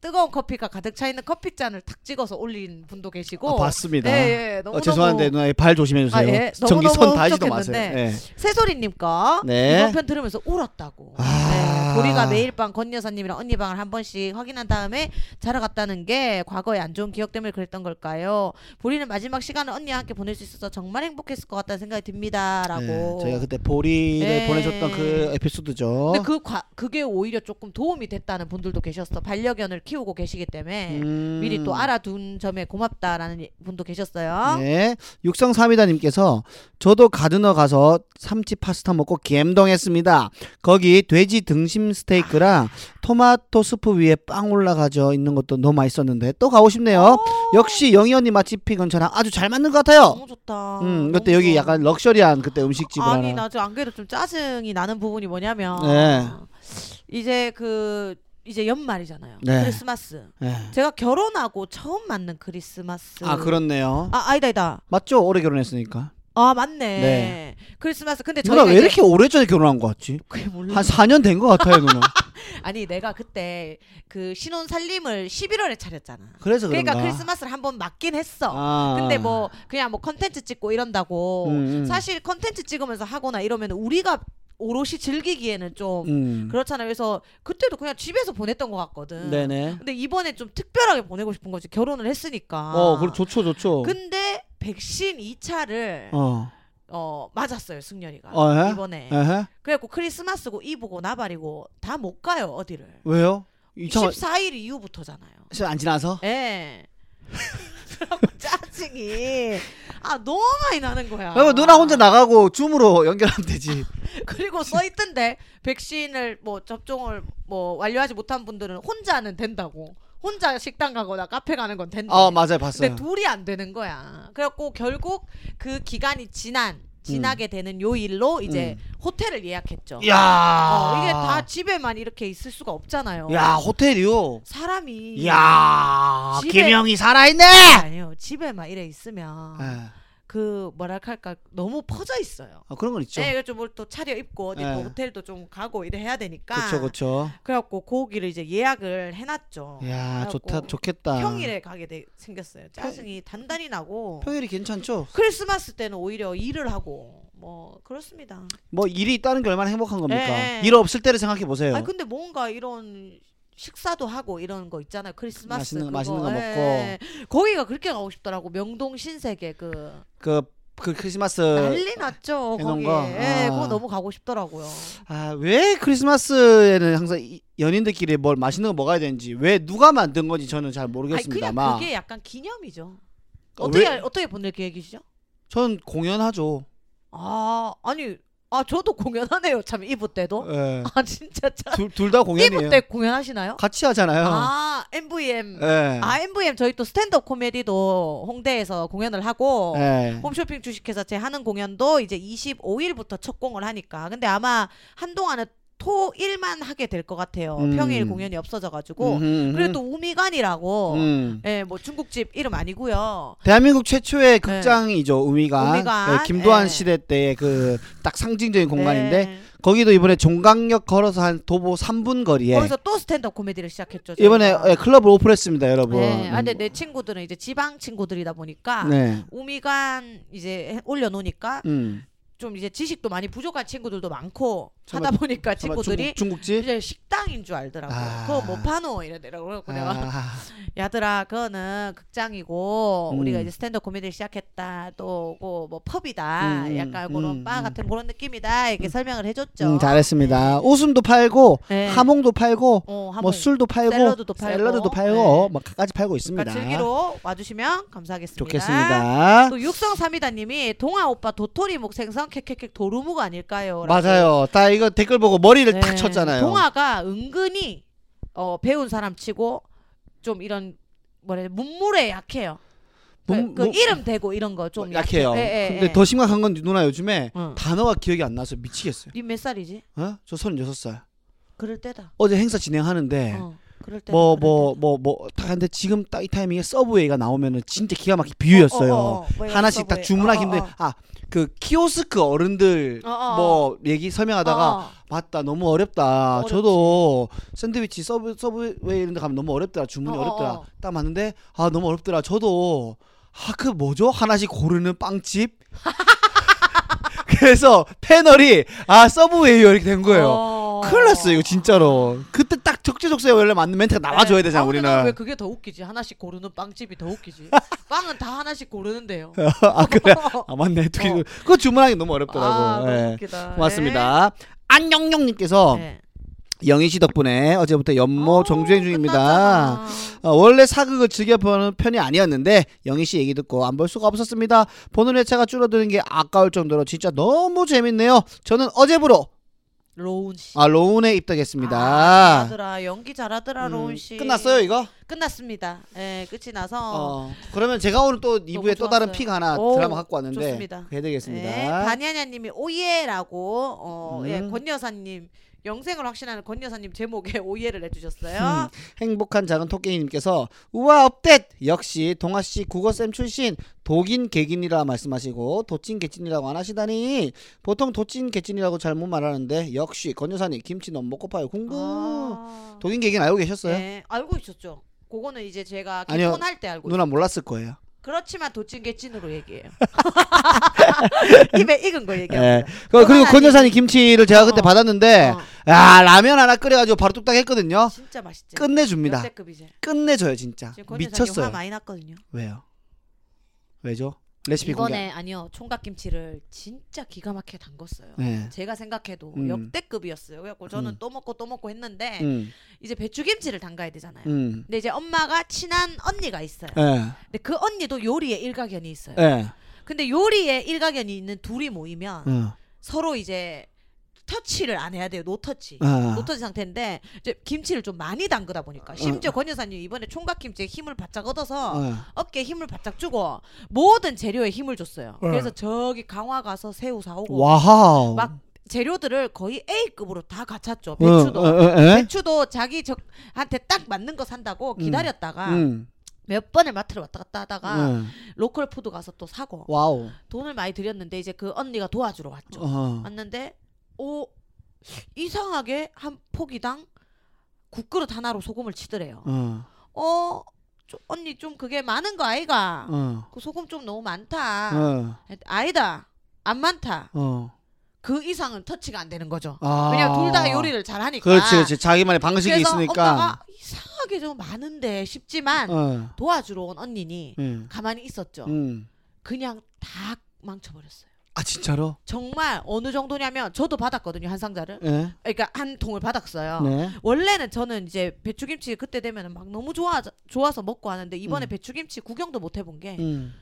Speaker 1: 뜨거운 커피가 가득 차 있는 커피 잔을 탁 찍어서 올린 분도
Speaker 2: 아,
Speaker 1: 계시고
Speaker 2: 봤습니다.
Speaker 1: 예, 예,
Speaker 2: 어,
Speaker 1: 너무너무
Speaker 2: 죄송한데 누나 발 조심해 주세요.
Speaker 1: 아, 예.
Speaker 2: 전기
Speaker 1: 너무너무
Speaker 2: 손 닿지도 마세요.
Speaker 1: 흡족했는데.
Speaker 2: 네.
Speaker 1: 새소리님 거
Speaker 2: 네.
Speaker 1: 이번 편 들으면서 울었다고.
Speaker 2: 아.
Speaker 1: 네. 보리가 매일 밤 권 여사님이랑 언니 방을 한 번씩 확인한 다음에 자러 갔다는 게 과거의 안 좋은 기억 때문에 그랬던 걸까요? 보리는 마지막 시간을 언니와 함께 보낼 수 있어서 정말 행복했을 것 같다는 생각이 듭니다라고.
Speaker 2: 네, 저희가 그때 보리를
Speaker 1: 네.
Speaker 2: 보내줬던 그 에피소드죠.
Speaker 1: 근데 그 과, 그게 오히려 조금 도움이 됐다는 분들도 계셨어. 반려견을 키우고 계시기 때문에
Speaker 2: 음.
Speaker 1: 미리 또 알아둔 점에 고맙다라는 분도 계셨어요.
Speaker 2: 네. 육성 삼이다님께서 저도 가드너 가서 삼치 파스타 먹고 감동했습니다. 거기 돼지 등심 스테이크랑 토마토 스프 위에 빵 올라가져 있는 것도 너무 맛있었는데 또 가고 싶네요.
Speaker 1: 오,
Speaker 2: 역시 영희 언니 맛집 픽은 저랑 아주 잘 맞는 것 같아요.
Speaker 1: 너무 좋다.
Speaker 2: 음,
Speaker 1: 너무
Speaker 2: 그때 여기
Speaker 1: 좋아.
Speaker 2: 약간 럭셔리한 그때 음식집을
Speaker 1: 어. 아니
Speaker 2: 하나.
Speaker 1: 나 지금 안 그래도 좀 짜증이 나는 부분이 뭐냐면
Speaker 2: 네.
Speaker 1: 이제 그 이제 연말이잖아요.
Speaker 2: 네.
Speaker 1: 크리스마스.
Speaker 2: 네.
Speaker 1: 제가 결혼하고 처음 맞는 크리스마스.
Speaker 2: 아 그렇네요.
Speaker 1: 아 아니다 아니다.
Speaker 2: 맞죠? 오래 결혼했으니까.
Speaker 1: 아 맞네.
Speaker 2: 네.
Speaker 1: 크리스마스. 근데
Speaker 2: 누나
Speaker 1: 저희가
Speaker 2: 왜
Speaker 1: 이제-
Speaker 2: 이렇게 오래 전에 결혼한 것 같지?
Speaker 1: 그게 몰라.
Speaker 2: 한 4년 된 것 같아요 누나.
Speaker 1: 아니 내가 그때 그 신혼 살림을 11월에 차렸잖아.
Speaker 2: 그래서 그런가.
Speaker 1: 그러니까 크리스마스를 한 번 맞긴 했어.
Speaker 2: 아.
Speaker 1: 근데 뭐 그냥 뭐 컨텐츠 찍고 이런다고
Speaker 2: 음, 음.
Speaker 1: 사실 컨텐츠 찍으면서 하거나 이러면 우리가 오롯이 즐기기에는 좀
Speaker 2: 음.
Speaker 1: 그렇잖아요. 그래서 그때도 그냥 집에서 보냈던 것 같거든.
Speaker 2: 네네.
Speaker 1: 근데 이번에 좀 특별하게 보내고 싶은 거지. 결혼을 했으니까.
Speaker 2: 어, 그래 좋죠, 좋죠.
Speaker 1: 아. 근데 백신 2차를 어,
Speaker 2: 어,
Speaker 1: 맞았어요, 승연이가.
Speaker 2: 어, 예?
Speaker 1: 이번에.
Speaker 2: 에헤.
Speaker 1: 그래갖고 크리스마스고 이브고 나발이고 다 못 가요, 어디를.
Speaker 2: 왜요? 이창
Speaker 1: 14일 이후부터잖아요.
Speaker 2: 안 지나서?
Speaker 1: 예. 그래갖고 짜증이 아 너무 많이 나는 거야.
Speaker 2: 그러면 누나 혼자 나가고 줌으로 연결하면 되지.
Speaker 1: 그리고 써 있던데 백신을 뭐 접종을 뭐 완료하지 못한 분들은 혼자는 된다고. 혼자 식당 가거나 카페 가는 건 된다.
Speaker 2: 어, 맞아요,
Speaker 1: 근데
Speaker 2: 봤어요.
Speaker 1: 둘이 안 되는 거야. 그래갖고 결국 그 기간이 지난 지나게 되는 요일로 이제 호텔을 예약했죠.
Speaker 2: 음. 야.
Speaker 1: 어, 이게 다 집에만 이렇게 있을 수가 없잖아요.
Speaker 2: 야, 호텔이요.
Speaker 1: 사람이
Speaker 2: 야,
Speaker 1: 음. 집에-
Speaker 2: 김영희 살아있네.
Speaker 1: 아니요 집에만 이래 있으면
Speaker 2: 예.
Speaker 1: 그 뭐랄까 너무 퍼져 있어요.
Speaker 2: 아, 그런 건 있죠.
Speaker 1: 네, 그래서 뭘또 차려 입고 어디
Speaker 2: 예.
Speaker 1: 또 호텔도 좀 가고 이래 해야 되니까.
Speaker 2: 그렇죠, 그렇죠.
Speaker 1: 그래갖고 거기를 이제 예약을 해놨죠.
Speaker 2: 야,
Speaker 1: 어, 그래갖고
Speaker 2: 좋다, 좋겠다.
Speaker 1: 평일에 가게 돼, 생겼어요. 짜증이 단단히 나고.
Speaker 2: 평일이 괜찮죠?
Speaker 1: 크리스마스 때는 오히려 일을 하고 뭐 그렇습니다.
Speaker 2: 뭐 일이 있다는 게 얼마나 행복한 겁니까?
Speaker 1: 예, 예.
Speaker 2: 일 없을 때를 생각해 보세요.
Speaker 1: 아 근데 뭔가 이런 식사도 하고 이런 거 있잖아요. 크리스마스
Speaker 2: 맛있는 거-
Speaker 1: 그거.
Speaker 2: 맛있는 거
Speaker 1: 예, 예. 거기가 그렇게 가고 싶더라고. 명동 신세계 그
Speaker 2: 그, 그 크리스마스
Speaker 1: 난리 났죠.
Speaker 2: 해놓은
Speaker 1: 거기.
Speaker 2: 거?
Speaker 1: 예,
Speaker 2: 아.
Speaker 1: 그거 너무 가고 싶더라고요.
Speaker 2: 아 왜 크리스마스에는 항상 이- 연인들끼리 뭘 맛있는 거 먹어야 되는지 왜 누가 만든 건지 저는 잘
Speaker 1: 아니 그냥
Speaker 2: 모르겠습니다만
Speaker 1: 그게 약간 기념이죠. 어떻게
Speaker 2: 왜?
Speaker 1: 어떻게 보낼 계획이시죠?
Speaker 2: 전 공연하죠
Speaker 1: 아 아니 아 저도 공연하네요. 참 이브 때도.
Speaker 2: 예.
Speaker 1: 아 진짜 참
Speaker 2: 둘 다
Speaker 1: 이브
Speaker 2: 공연이에요
Speaker 1: 때 공연하시나요?
Speaker 2: 같이 하잖아요
Speaker 1: 아 MVM
Speaker 2: 예.
Speaker 1: 아 MVM 저희 또 스탠드업 코미디도 홍대에서 공연을 하고
Speaker 2: 예.
Speaker 1: 홈쇼핑 주식회사제 하는 공연도 이제 25일부터 첫 공을 하니까 근데 아마 한동안은 토일만 하게 될 것 같아요
Speaker 2: 음.
Speaker 1: 평일 공연이 없어져가지고
Speaker 2: 음흠, 음흠.
Speaker 1: 그래도 우미관이라고
Speaker 2: 음.
Speaker 1: 예 뭐 중국집 이름 아니고요
Speaker 2: 대한민국 최초의 극장이죠 우미관,
Speaker 1: 네. 우미관,
Speaker 2: 예, 김도한
Speaker 1: 예.
Speaker 2: 시대 때의 그 딱 상징적인 공간인데
Speaker 1: 예.
Speaker 2: 거기도 이번에 종강역 걸어서 한 도보 3분 거리에
Speaker 1: 거기서 또 스탠드업 코미디를 시작했죠 저희가.
Speaker 2: 예. 이번에 예, 클럽을 오픈했습니다 여러분
Speaker 1: 예, 아, 근데 내 친구들은 이제 지방 친구들이다 보니까
Speaker 2: 네.
Speaker 1: 우미관 이제 올려놓으니까
Speaker 2: 음.
Speaker 1: 좀 이제 지식도 많이 부족한 친구들도 많고
Speaker 2: 정말-
Speaker 1: 하다 보니까
Speaker 2: 정말
Speaker 1: 친구들이
Speaker 2: 중국, 중국집
Speaker 1: 이제 식, 식당인 줄 알더라고.
Speaker 2: 아.
Speaker 1: 그거 뭐 파노 이러더라고. 그래서 내가
Speaker 2: 아,
Speaker 1: 야들아 그거는 극장이고
Speaker 2: 음.
Speaker 1: 우리가 이제 스탠드업 코미디를 시작했다 또뭐 펍이다
Speaker 2: 음,
Speaker 1: 약간
Speaker 2: 음,
Speaker 1: 그런
Speaker 2: 음,
Speaker 1: 바
Speaker 2: 음.
Speaker 1: 같은 그런 느낌이다 이렇게 설명을 해줬죠
Speaker 2: 음, 잘했습니다. 웃음도 팔고
Speaker 1: 네.
Speaker 2: 하몽도 팔고
Speaker 1: 어, 한번
Speaker 2: 뭐 술도 팔고
Speaker 1: 샐러드도 팔고. 네.
Speaker 2: 샐러드도 팔고 막까지 팔고 있습니다.
Speaker 1: 그러니까 즐기러 와주시면 감사하겠습니다
Speaker 2: 좋겠습니다.
Speaker 1: 또 육성 삼이다님이 동아 오빠 도토리 목생선 캑캑캑 도루묵 아닐까요? 라고.
Speaker 2: 맞아요. 다 이거 댓글 보고 머리를 탁
Speaker 1: 네.
Speaker 2: 쳤잖아요.
Speaker 1: 동아가 은근히 어, 배운 사람치고 좀 이런 뭐래 문물에 약해요. 그,
Speaker 2: 문-
Speaker 1: 그
Speaker 2: 문-
Speaker 1: 이름 대고 이런 거 좀 예,
Speaker 2: 약해요. 근데 더 심각한 건 누나 요즘에 단어가 기억이 안 나서 미치겠어요.
Speaker 1: 니몇 살이지?
Speaker 2: 어? 저 36살.
Speaker 1: 그럴 때다.
Speaker 2: 어제 행사 진행하는데
Speaker 1: 어, 그럴 때다.
Speaker 2: 네. 뭐
Speaker 1: 그럴
Speaker 2: 뭐
Speaker 1: 때다.
Speaker 2: 뭐 뭐딱 근데 지금 딱 이 타이밍에 서브웨이가 나오면은 진짜 기가 막힌 비유였어요.
Speaker 1: 어, 어, 어, 뭐 이런
Speaker 2: 하나씩 딱
Speaker 1: 서브웨이.
Speaker 2: 주문하기
Speaker 1: 어, 어,
Speaker 2: 힘든
Speaker 1: 어.
Speaker 2: 아그 키오스크 어른들
Speaker 1: 어, 어,
Speaker 2: 뭐 얘기 설명하다가
Speaker 1: 어, 어.
Speaker 2: 맞다 너무 어렵다
Speaker 1: 어렵지.
Speaker 2: 저도 샌드위치 서브 서브웨이 이런 데 가면 너무 어렵더라 주문이
Speaker 1: 어,
Speaker 2: 어, 렵더라
Speaker 1: 어, 어.
Speaker 2: 딱 맞는데 아 너무 어렵더라 저도 아 그 뭐죠 하나씩 고르는 빵집 그래서 패널이 아 서브웨이요 이렇게 된 거예요
Speaker 1: 어.
Speaker 2: 큰일 났어요 이거 진짜로 그때 딱 적재적소에 원래 맞는 멘트가 나와줘야 되잖아
Speaker 1: 아, 근데
Speaker 2: 우리는
Speaker 1: 왜 그게 더 웃기지? 하나씩 고르는 빵집이 더 웃기지. 빵은 다 하나씩 고르는데요.
Speaker 2: 아 그래 아 맞네 특히
Speaker 1: 어.
Speaker 2: 그거 주문하기 너무 어렵더라고
Speaker 1: 아, 너무
Speaker 2: 예.
Speaker 1: 웃기다.
Speaker 2: 고맙습니다 안영영님께서
Speaker 1: 네.
Speaker 2: 영희 씨 덕분에 어제부터 연모
Speaker 1: 어,
Speaker 2: 뭐, 정주행 중입니다.
Speaker 1: 끝났잖아.
Speaker 2: 어, 원래 사극을 즐겨보는 편이 아니었는데 영희 씨 얘기 듣고 안 볼 수가 없었습니다. 보는 회차가 줄어드는 게 아까울 정도로 진짜 너무 재밌네요. 저는 어제부로
Speaker 1: 로운 씨.
Speaker 2: 아 로운에 입덕했습니다.
Speaker 1: 아, 잘하더라. 연기 잘하더라 로운
Speaker 2: 음,
Speaker 1: 씨.
Speaker 2: 끝났어요 이거?
Speaker 1: 끝났습니다. 예, 끝이 나서
Speaker 2: 어. 그러면 제가 오늘 또 2부에 또
Speaker 1: 좋았어요.
Speaker 2: 다른 픽 하나
Speaker 1: 오,
Speaker 2: 드라마 갖고 왔는데
Speaker 1: 좋습니다.
Speaker 2: 해드리겠습니다.
Speaker 1: 예, 반야냐님이 오예라고 어,
Speaker 2: 음.
Speaker 1: 예, 권 여사님 영생을 확신하는 권 여사님 제목에 오예를
Speaker 2: 음,
Speaker 1: 해주셨어요.
Speaker 2: 행복한 작은 토끼님께서 우와 업댓 역시 동아 씨 국어쌤 출신 독인 개긴이라 말씀하시고 도찐 개찐이라고 안 하시다니 보통 도찐 개찐이라고 잘못 말하는데 역시 권 여사님 김치 너무 먹고 파요 궁금
Speaker 1: 아.
Speaker 2: 독인 개긴 알고 계셨어요?
Speaker 1: 예, 알고 있었죠. 그거는 이제 제가
Speaker 2: 아니요,
Speaker 1: 개콘할 때 알고
Speaker 2: 누나 몰랐을 거예요.
Speaker 1: 그렇지만 도찐 개찐으로 얘기해요. 입에 익은 거
Speaker 2: 예.
Speaker 1: 얘기합니다. 권
Speaker 2: 그, 그리고 권
Speaker 1: 여사님.
Speaker 2: 여사님 김치를 제가 그때
Speaker 1: 네, 어.
Speaker 2: 받았는데
Speaker 1: 어,
Speaker 2: 야 라면 하나 끓여가지고 바로 뚝딱 했거든요.
Speaker 1: 진짜 맛있지.
Speaker 2: 예. 끝내줍니다.
Speaker 1: 역대급이지.
Speaker 2: 끝내줘요 진짜.
Speaker 1: 지금 권 여사님 화
Speaker 2: 미쳤어요.
Speaker 1: 많이 났거든요.
Speaker 2: 왜요? 왜죠? 레시피 공개.
Speaker 1: 이번에 아니요 총각 김치를 진짜 기가 막히게 담궜어요.
Speaker 2: 네.
Speaker 1: 제가 생각해도
Speaker 2: 음.
Speaker 1: 역대급이었어요. 그래갖고 저는
Speaker 2: 음.
Speaker 1: 또 먹고 또 먹고 했는데
Speaker 2: 음.
Speaker 1: 이제 배추김치를 담가야 되잖아요.
Speaker 2: 음.
Speaker 1: 근데 이제 엄마가 친한 언니가 있어요.
Speaker 2: 예.
Speaker 1: 근데 그 언니도 요리에 일가견이 있어요.
Speaker 2: 예.
Speaker 1: 근데 요리에 일가견이 있는 둘이 모이면
Speaker 2: 어.
Speaker 1: 서로 이제 터치를 안 해야 돼요. 노터치.
Speaker 2: 아.
Speaker 1: 노터지 상태인데 이제 김치를 좀 많이 담그다
Speaker 2: 음.
Speaker 1: 보니까 심지어 권 여사님 이번에 총각 김치에 힘을 바짝 얻어서
Speaker 2: 어.
Speaker 1: 어깨에 힘을 바짝 주고 모든 재료에 힘을 줬어요. 그래서 저기 강화 가서 새우 사오고
Speaker 2: 네. 와우.
Speaker 1: 막 재료들을 거의 A급으로 다 갖췄죠.
Speaker 2: 어,
Speaker 1: 배추도.
Speaker 2: 어, 어, 어?
Speaker 1: 배추도 자기 적한테 딱 맞는 거 산다고 기다렸다가
Speaker 2: 음,
Speaker 1: 몇 번을 마트를 왔다 갔다 하다가
Speaker 2: 음.
Speaker 1: 로컬 푸드 가서 또 사고
Speaker 2: 와우.
Speaker 1: 돈을 많이 들였는데 이제 그 언니가 도와주러 왔죠.
Speaker 2: 어.
Speaker 1: 왔는데 오 이상하게 한 포기당 국그릇 하나로 소금을 치더래요.
Speaker 2: 어.
Speaker 1: 어 좀- 언니 좀 그게 많은 거 아이가
Speaker 2: 어.
Speaker 1: 그 소금 좀 너무 많다.
Speaker 2: 어.
Speaker 1: 아니다 안 많다.
Speaker 2: 어.
Speaker 1: 그 이상은 터치가 안 되는 거죠.
Speaker 2: 아.
Speaker 1: 왜냐 둘 다 요리를 잘하니까.
Speaker 2: 그렇지, 그렇지. 자기만의 방식이
Speaker 1: 그래서
Speaker 2: 있으니까.
Speaker 1: 엄마가 이상하게 좀 많은데 싶지만
Speaker 2: 어.
Speaker 1: 도와주러 온 언니니
Speaker 2: 음.
Speaker 1: 가만히 있었죠.
Speaker 2: 음.
Speaker 1: 그냥 다 망쳐버렸어요.
Speaker 2: 아 진짜로?
Speaker 1: 정말 어느 정도냐면 저도 받았거든요 한 상자를.
Speaker 2: 예.
Speaker 1: 그러니까 한 통을 받았어요.
Speaker 2: 네.
Speaker 1: 원래는 저는 이제 배추김치 그때 되면 막 너무 좋아 좋아서 먹고 하는데 이번에
Speaker 2: 음.
Speaker 1: 배추김치 구경도 못 해본 게
Speaker 2: 음.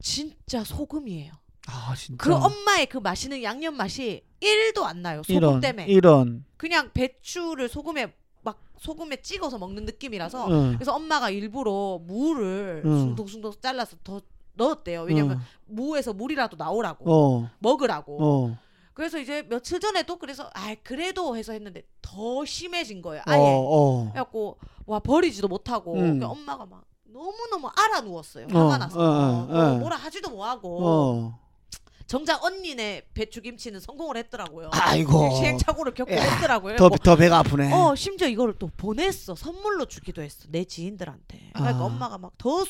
Speaker 1: 진짜 소금이에요.
Speaker 2: 아 진짜.
Speaker 1: 그 엄마의 그 맛있는 양념 맛이 1도 안 나요. 소금
Speaker 2: 이런
Speaker 1: 때문에.
Speaker 2: 이런.
Speaker 1: 그냥 배추를 소금에 막 소금에 찍어서 먹는 느낌이라서
Speaker 2: 응.
Speaker 1: 그래서 엄마가 일부러 무를
Speaker 2: 응.
Speaker 1: 숭동숭동 잘라서 더 넣었대요. 왜냐면 무에서 물이라도 나오라고
Speaker 2: 어.
Speaker 1: 먹으라고.
Speaker 2: 어.
Speaker 1: 그래서 이제 며칠 전에도 그래서 아 그래도 해서 했는데 더 심해진 거예요.
Speaker 2: 어.
Speaker 1: 아예.
Speaker 2: 어.
Speaker 1: 그래갖고 와 버리지도 못하고
Speaker 2: 음.
Speaker 1: 그러니까 엄마가 막 너무 너무 알아 누웠어요.
Speaker 2: 어,
Speaker 1: 화가 나서
Speaker 2: 어, 어,
Speaker 1: 뭐,
Speaker 2: 어.
Speaker 1: 뭐라 하지도 뭐하고
Speaker 2: 어.
Speaker 1: 정작 언니네 배추김치는 성공을 했더라고요. 그
Speaker 2: 아이고.
Speaker 1: 네, 시행착오를 겪고
Speaker 2: 야,
Speaker 1: 했더라고요.
Speaker 2: 더, 더 배가 아프네.
Speaker 1: 어 심지어 이거를 또 보냈어 선물로 주기도 했어 내 지인들한테 그러니까
Speaker 2: 아.
Speaker 1: 엄마가 막 더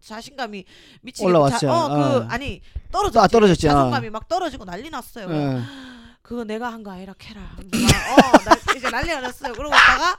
Speaker 1: 자신감이 미치게
Speaker 2: 올라왔죠.
Speaker 1: 자- 어, 그
Speaker 2: 어.
Speaker 1: 아니 떨어졌지
Speaker 2: 아, 떨어졌지. 어.
Speaker 1: 자존감이 막 떨어지고 난리 났어요
Speaker 2: 예.
Speaker 1: 그거 내가 한 거 아니라 캐라. 어, 나 이제 난리 났어요. 그러고 있다가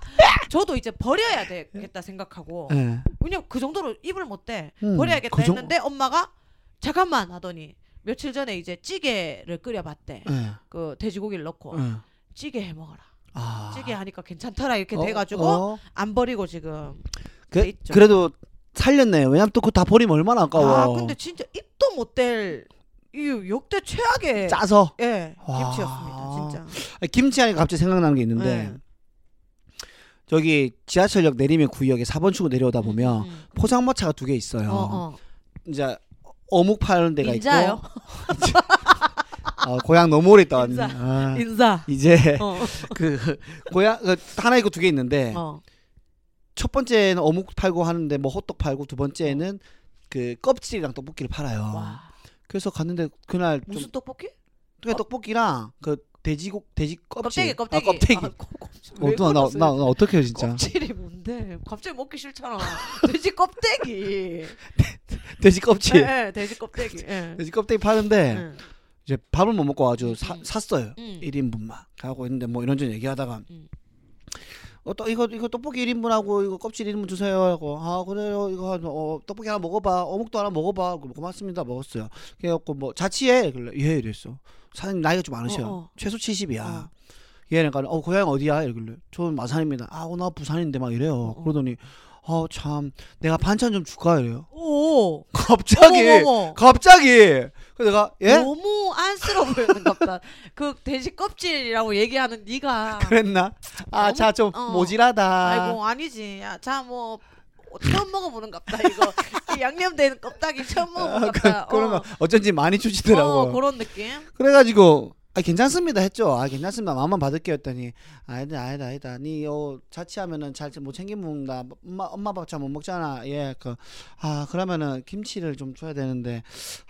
Speaker 1: 저도 이제 버려야 되겠다 생각하고
Speaker 2: 예.
Speaker 1: 왜냐면 그 정도로 입을 못 대.
Speaker 2: 음,
Speaker 1: 버려야겠다
Speaker 2: 그 정-
Speaker 1: 했는데 엄마가 잠깐만 하더니 며칠 전에 이제 찌개를 끓여봤대.
Speaker 2: 예.
Speaker 1: 그 돼지고기를 넣고
Speaker 2: 예.
Speaker 1: 찌개 해 먹어라.
Speaker 2: 아.
Speaker 1: 찌개 하니까 괜찮더라 이렇게
Speaker 2: 어,
Speaker 1: 돼가지고
Speaker 2: 어.
Speaker 1: 안 버리고 지금 돼
Speaker 2: 그,
Speaker 1: 있죠.
Speaker 2: 그래도 살렸네요. 왜냐면 또 그거 다 버리면 얼마나 아까워.
Speaker 1: 아 근데 진짜 입도 못댈이 역대 최악의
Speaker 2: 짜서
Speaker 1: 예
Speaker 2: 와.
Speaker 1: 김치였습니다 진짜.
Speaker 2: 아니, 김치 하니까 갑자기 생각나는 게 있는데
Speaker 1: 예.
Speaker 2: 저기 지하철역 내리면 구역에 4번 출구 내려오다 보면
Speaker 1: 음, 음.
Speaker 2: 포장마차가 두 개 있어요.
Speaker 1: 어, 어.
Speaker 2: 이제 어묵 파는 데가
Speaker 1: 인자요?
Speaker 2: 있고 어, 고향 너무 오래 있다 왔네.
Speaker 1: 인자.
Speaker 2: 아,
Speaker 1: 인사.
Speaker 2: 이제
Speaker 1: 어.
Speaker 2: 그 고향 그 하나 있고 두 개 있는데
Speaker 1: 어.
Speaker 2: 첫 번째는 어묵 팔고 하는데 뭐 호떡 팔고 두 번째는 그 껍질이랑 떡볶이를 팔아요.
Speaker 1: 어. 와.
Speaker 2: 그래서 갔는데 그날 어. 좀
Speaker 1: 무슨 떡볶이?
Speaker 2: 그냥 떡볶이랑 그 돼지고 돼지 껍질
Speaker 1: 껍데기 껍데기.
Speaker 2: 아, 껍데기
Speaker 1: 아, 껍- 껍질. 왜
Speaker 2: 어, 나나
Speaker 1: 그러세요?
Speaker 2: 나, 나 어떻게 해요 진짜
Speaker 1: 껍질이 뭔데? 갑자기 먹기 싫잖아. 돼지 껍데기.
Speaker 2: 예. 돼지
Speaker 1: 예,
Speaker 2: 껍질
Speaker 1: 예, 돼지 껍데기. 예.
Speaker 2: 돼지 껍데기 파는데
Speaker 1: 응.
Speaker 2: 이제 밥을 못 먹고 아주 사,
Speaker 1: 음.
Speaker 2: 샀어요
Speaker 1: 음.
Speaker 2: 1인분만 하고 있는데 뭐 이런저런 얘기하다가
Speaker 1: 음.
Speaker 2: 어또 이거 이거 떡볶이 1인분하고 이거 껍질 1인분 주세요 하고 아 그래요 이거 한- 어, 떡볶이 하나 먹어봐 어묵도 하나 먹어봐 그럼 고맙습니다 먹었어요 그래갖고 뭐 자취해 그래 예 이랬어 사장님 나이가 좀 많으셔
Speaker 1: 어, 어.
Speaker 2: 최소 70이야
Speaker 1: 어.
Speaker 2: 얘는 그러니까 어 고향 어디야 이러길래 저는 마산입니다 아 나 부산인데 막 이래요
Speaker 1: 어, 어.
Speaker 2: 그러더니 아 참 내가 반찬 좀 줄까 이래요
Speaker 1: 오.
Speaker 2: 갑자기
Speaker 1: 어머,
Speaker 2: 갑자기 그래서 내가 예
Speaker 1: 너무 안쓰러워 보이는 같다. 그 돼지 껍질이라고 얘기하는 네가.
Speaker 2: 그랬나
Speaker 1: 아. 너무-
Speaker 2: 아 자 좀
Speaker 1: 어.
Speaker 2: 모질하다
Speaker 1: 아이고 아니지. 야, 자 뭐. 처음 먹어보는 같다 이거 이 양념된 껍데기 처음 먹어보는 같다
Speaker 2: 그, 런거
Speaker 1: 어.
Speaker 2: 어쩐지 많이 주시더라고
Speaker 1: 어, 그런 느낌
Speaker 2: 그래가지고 아 괜찮습니다 했죠. 아 괜찮습니다. 마음만 받을게요 했더니 아니다 아니다 아니다. 니요 자취하면은 잘 못 챙겨 먹는다. 엄마 엄마 밥 잘 못 먹잖아. 예 그 아 그러면은 김치를 좀 줘야 되는데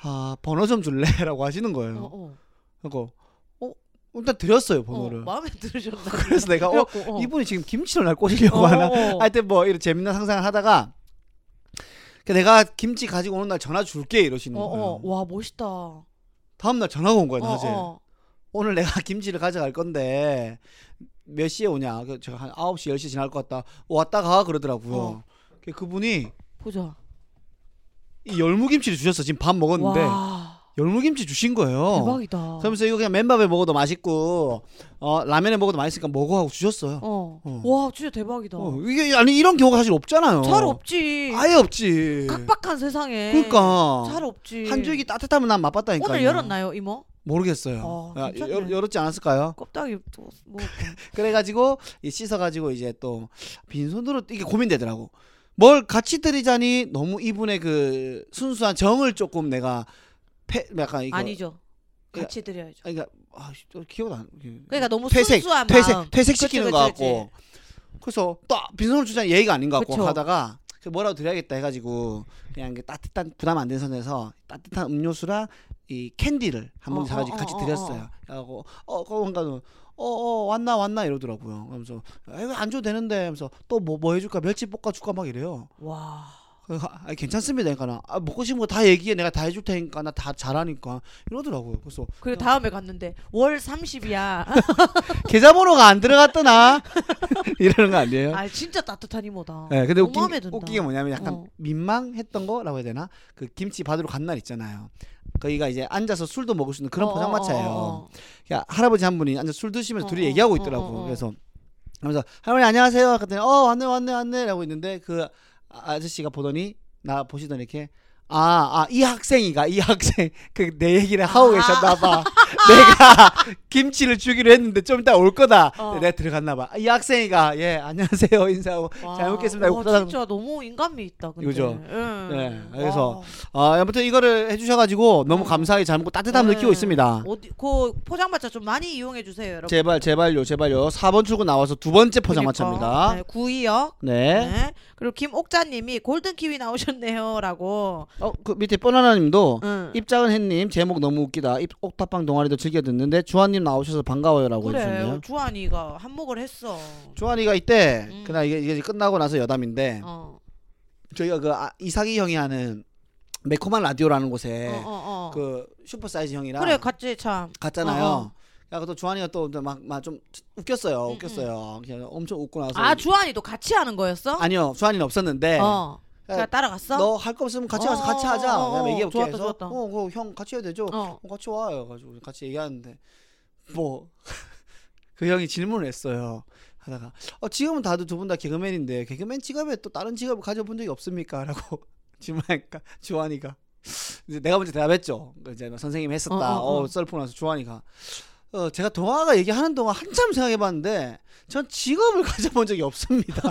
Speaker 2: 아 번호 좀 줄래라고 하시는
Speaker 1: 어,
Speaker 2: 거예요.
Speaker 1: 어.
Speaker 2: 그리고 어 일단 드렸어요
Speaker 1: 어,
Speaker 2: 번호를.
Speaker 1: 마음에 들으셨나
Speaker 2: 그래서 내가 어
Speaker 1: 그래갖고, 어.
Speaker 2: 이분이 지금 김치를 날 꼬시려고 하나.
Speaker 1: 어, 어.
Speaker 2: 하여튼 뭐 이런 재밌는 상상을 하다가 그 내가 김치 가지고 오는 날 전화 줄게 이러시는
Speaker 1: 어,
Speaker 2: 거예요.
Speaker 1: 어. 와 멋있다. 어,
Speaker 2: 다음 날 전화가 온 거야 낮에.
Speaker 1: 어.
Speaker 2: 오늘 내가 김치를 가져갈 건데 몇 시에 오냐? 그 제가 한 9시, 10시 지날 것 같다. 왔다 가 그러더라고요.
Speaker 1: 어.
Speaker 2: 그- 그분이
Speaker 1: 보자.
Speaker 2: 이 열무김치를 주셨어. 지금 밥 먹었는데
Speaker 1: 와
Speaker 2: 열무김치 주신 거예요.
Speaker 1: 대박이다.
Speaker 2: 어. 그러면서 이거 그냥 맨밥에 먹어도 맛있고 어, 라면에 먹어도 맛있으니까 먹어 하고 주셨어요.
Speaker 1: 어.
Speaker 2: 어.
Speaker 1: 와 진짜 대박이다.
Speaker 2: 어, 이게 아니 이런 경우가 사실 없잖아요.
Speaker 1: 잘 없지.
Speaker 2: 아예 없지.
Speaker 1: 각박한 세상에.
Speaker 2: 그러니까
Speaker 1: 잘 없지.
Speaker 2: 한 줄기 따뜻하면 난 맛봤다니까요.
Speaker 1: 음. 오늘 열었나요 이모?
Speaker 2: 모르겠어요.
Speaker 1: 아,
Speaker 2: 야,
Speaker 1: 괜찮네.
Speaker 2: 열- 열었지 않았을까요?
Speaker 1: 껍데기 또 뭐.
Speaker 2: 그래가지고 이 씻어가지고 이제 또 빈손으로 이게 고민되더라고. 뭘 같이 드리자니 너무 이분의 그 순수한 정을 조금 내가 패 약간 이거
Speaker 1: 아니죠. 같이 드려야죠.
Speaker 2: 아니, 그러니까 아, 씨, 또 기억 안. 이게
Speaker 1: 그러니까 너무
Speaker 2: 퇴색
Speaker 1: 순수한
Speaker 2: 퇴색
Speaker 1: 마음.
Speaker 2: 퇴색시키는
Speaker 1: 그치,
Speaker 2: 것
Speaker 1: 그치,
Speaker 2: 같고. 그래서 또 빈손으로 주자니 예의가 아닌 것 같고
Speaker 1: 그쵸.
Speaker 2: 하다가 그 뭐라고 드려야겠다 해가지고 그냥 이게 따뜻한 부담 안 되는 선에서 따뜻한 음료수랑 이 캔디를 한 번
Speaker 1: 어,
Speaker 2: 사가지고
Speaker 1: 어,
Speaker 2: 같이
Speaker 1: 어,
Speaker 2: 드렸어요. 하고 어 그건가는 어어 왔나 왔나 이러더라고요. 그러면서 아, 이거 안 줘도 되는데 하면서 또 뭐 뭐 해줄까 멸치 볶아 줄까 막 이래요.
Speaker 1: 와.
Speaker 2: 그래서 아, 괜찮습니다. 그러니까 나 아, 먹고 싶은 거 다 얘기해 내가 다 해줄 테니까 나 다 잘하니까 이러더라고요. 그래서
Speaker 1: 그리고 다음에 갔는데 월 30이야.
Speaker 2: 계좌번호가 안 들어갔더나 이러는 거 아니에요?
Speaker 1: 아 진짜 따뜻한 이모다.
Speaker 2: 예, 근데
Speaker 1: 어, 너무
Speaker 2: 웃긴,
Speaker 1: 마음에 든다.
Speaker 2: 웃긴 게 뭐냐면 약간
Speaker 1: 어.
Speaker 2: 민망했던 거라고 해야 되나? 그 김치 받으러 간 날 있잖아요. 거기가 이제 앉아서 술도 먹을 수 있는 그런
Speaker 1: 어,
Speaker 2: 포장마차예요.
Speaker 1: 어, 어, 어.
Speaker 2: 야, 할아버지 한 분이 앉아 서술 드시면서
Speaker 1: 어,
Speaker 2: 둘이
Speaker 1: 어,
Speaker 2: 얘기하고
Speaker 1: 어,
Speaker 2: 있더라고.
Speaker 1: 어, 어.
Speaker 2: 그래서 하면서 할머니 안녕하세요. 그랬더니 어 왔네 왔네 왔네라고 있는데 그 아- 아저씨가 보더니 나 보시더니 이렇게 아 아 이 학생이가 이 학생 그 내 얘기를 하고
Speaker 1: 아.
Speaker 2: 계셨나봐. 내가 김치를 주기로 했는데 좀 이따 올 거다.
Speaker 1: 어.
Speaker 2: 내가 들어갔나봐. 아, 이 학생이가 예 안녕하세요 인사하고
Speaker 1: 와.
Speaker 2: 잘 먹겠습니다.
Speaker 1: 어, 와,
Speaker 2: 고사장-
Speaker 1: 진짜 너무 인간미 있다. 근데.
Speaker 2: 이거죠?
Speaker 1: 예.
Speaker 2: 예, 그래서
Speaker 1: 와.
Speaker 2: 아 아무튼 이거를 해주셔가지고 너무
Speaker 1: 어.
Speaker 2: 감사하게 잘 먹고 따뜻함을
Speaker 1: 네.
Speaker 2: 느끼고 있습니다.
Speaker 1: 어디 그 포장마차 좀 많이 이용해 주세요, 여러분.
Speaker 2: 제발 제발요 제발요 4번 출구 나와서 두 번째 포장마차입니다.
Speaker 1: 그러니까. 네, 구이역.
Speaker 2: 네.
Speaker 1: 네. 그리고 김옥자님이 골든 키위 나오셨네요라고.
Speaker 2: 어, 그 밑에 뻔하나님도
Speaker 1: 응.
Speaker 2: 입장은 햇님 제목 너무 웃기다. 입, 옥탑방 동아리도 즐겨 듣는데 주한님 나오셔서 반가워요라고
Speaker 1: 그래,
Speaker 2: 해주셨네요.
Speaker 1: 주한이가 한몫을 했어.
Speaker 2: 주한이가 이때
Speaker 1: 음.
Speaker 2: 그날 이게, 이게 끝나고 나서 여담인데
Speaker 1: 어.
Speaker 2: 저희가 그 아, 이삭이 형이 하는 매콤한 라디오라는 곳에
Speaker 1: 어, 어, 어.
Speaker 2: 그 슈퍼사이즈 형이랑
Speaker 1: 그래, 같이 참.
Speaker 2: 갔잖아요.
Speaker 1: 어, 어.
Speaker 2: 야, 또 주한이가 또막막좀 웃겼어요.
Speaker 1: 음,
Speaker 2: 웃겼어요. 그냥 엄청 웃고 나서
Speaker 1: 아 주한이도 같이 하는 거였어?
Speaker 2: 아니요, 주한이는 없었는데.
Speaker 1: 어.
Speaker 2: 야,
Speaker 1: 그냥 따라갔어?
Speaker 2: 너 할 거 없으면 같이 가서
Speaker 1: 어,
Speaker 2: 같이 하자.
Speaker 1: 어, 어,
Speaker 2: 내가
Speaker 1: 어,
Speaker 2: 얘기해볼게.
Speaker 1: 좋았다,
Speaker 2: 그래서
Speaker 1: 좋았다.
Speaker 2: 어, 그거 형 같이 해야 되죠.
Speaker 1: 어.
Speaker 2: 어, 같이 와요. 가지고 우리 같이 얘기하는데 뭐 그 형이 질문을 했어요. 하다가 어, 지금은 다들 두 분 다 개그맨인데 개그맨 직업에 또 다른 직업을 가져본 적이 없습니까?라고 질문하니까 주환이가 이제 내가 먼저 대답했죠. 그 이제 뭐 선생님 했었다.
Speaker 1: 어,
Speaker 2: 어,
Speaker 1: 어, 어.
Speaker 2: 썰프고 나서 주환이가 어, 제가 동화가 얘기하는 동안 한참 생각해봤는데 전 직업을 가져본 적이 없습니다.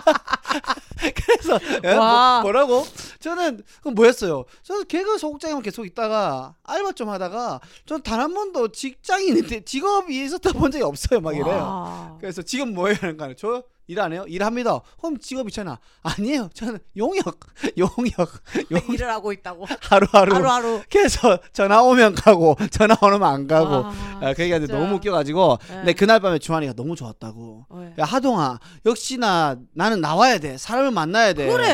Speaker 2: 그래서 예?
Speaker 1: 와.
Speaker 2: 뭐, 라고 저는 그럼 뭐였어요? 저는 개그 소극장에만 계속 있다가 알바 좀 하다가 저는 단 한 번도 직장인인데 직업이 있었다 본 적이 없어요. 막 이래요.
Speaker 1: 와.
Speaker 2: 그래서 지금 뭐예요? 그러니까 저 일 안 해요? 일합니다. 그럼 직업이잖아. 아니에요. 저는 용역, 용역, 용
Speaker 1: 일을 하고 있다고.
Speaker 2: 그, 하루하루
Speaker 1: 하루하루.
Speaker 2: 계속 전화 오면 가고 전화 안 오면 안 가고.
Speaker 1: 아,
Speaker 2: 아, 그 얘기가
Speaker 1: 진짜.
Speaker 2: 너무 웃겨가지고
Speaker 1: 네.
Speaker 2: 근데 그날 밤에 주환이가 너무 좋았다고.
Speaker 1: 어,
Speaker 2: 그, 야 하동아 역시나 나는 나와야 돼 사람을 만나야 돼
Speaker 1: 그래.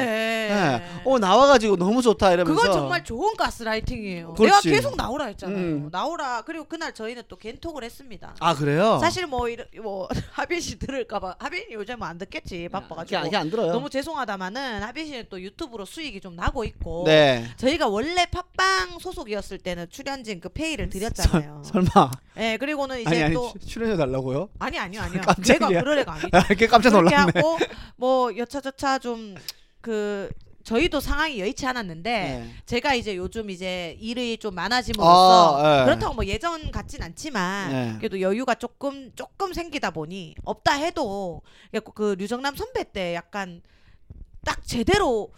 Speaker 2: 예. 어 나와가지고 너무 좋다 이러면서
Speaker 1: 그건 정말 좋은 가스라이팅이에요. 내가
Speaker 2: 그렇지.
Speaker 1: 계속 나오라 했잖아요.
Speaker 2: 음.
Speaker 1: 나오라. 그리고 그날 저희는 또 겐톡을 했습니다.
Speaker 2: 아 그래요
Speaker 1: 사실 뭐, 이러, 뭐 하빈 씨 들을까봐 하빈이 요즘 안 듣겠지
Speaker 2: 이게,
Speaker 1: 바빠가지고
Speaker 2: 이게 안 들어요
Speaker 1: 너무 죄송하다마는 하빈 씨는 또 유튜브로 수익이 좀 나고 있고
Speaker 2: 네
Speaker 1: 저희가 원래 팟빵 소속이었을 때는 출연진 그 페이를 드렸잖아요.
Speaker 2: 설마
Speaker 1: 예 그리고는 이제
Speaker 2: 아니 아니
Speaker 1: 또
Speaker 2: 출- 출연료 달라고요
Speaker 1: 아니 아니요 아니요
Speaker 2: 깜짝이야.
Speaker 1: 내가 그럴 애가 아니죠.
Speaker 2: 이렇게 깜짝
Speaker 1: 그렇게
Speaker 2: 놀랐네
Speaker 1: 하고 뭐 여차저차 좀 그 저희도 상황이 여의치 않았는데
Speaker 2: 네.
Speaker 1: 제가 이제 요즘 이제 일이 좀 많아짐으로써
Speaker 2: 아, 예.
Speaker 1: 그렇다고 뭐 예전 같진 않지만
Speaker 2: 예.
Speaker 1: 아, 그래도 여유가 조금 조금 생기다 보니 없다 해도 그래갖고 그 류정남 선배 때 약간 딱 제대로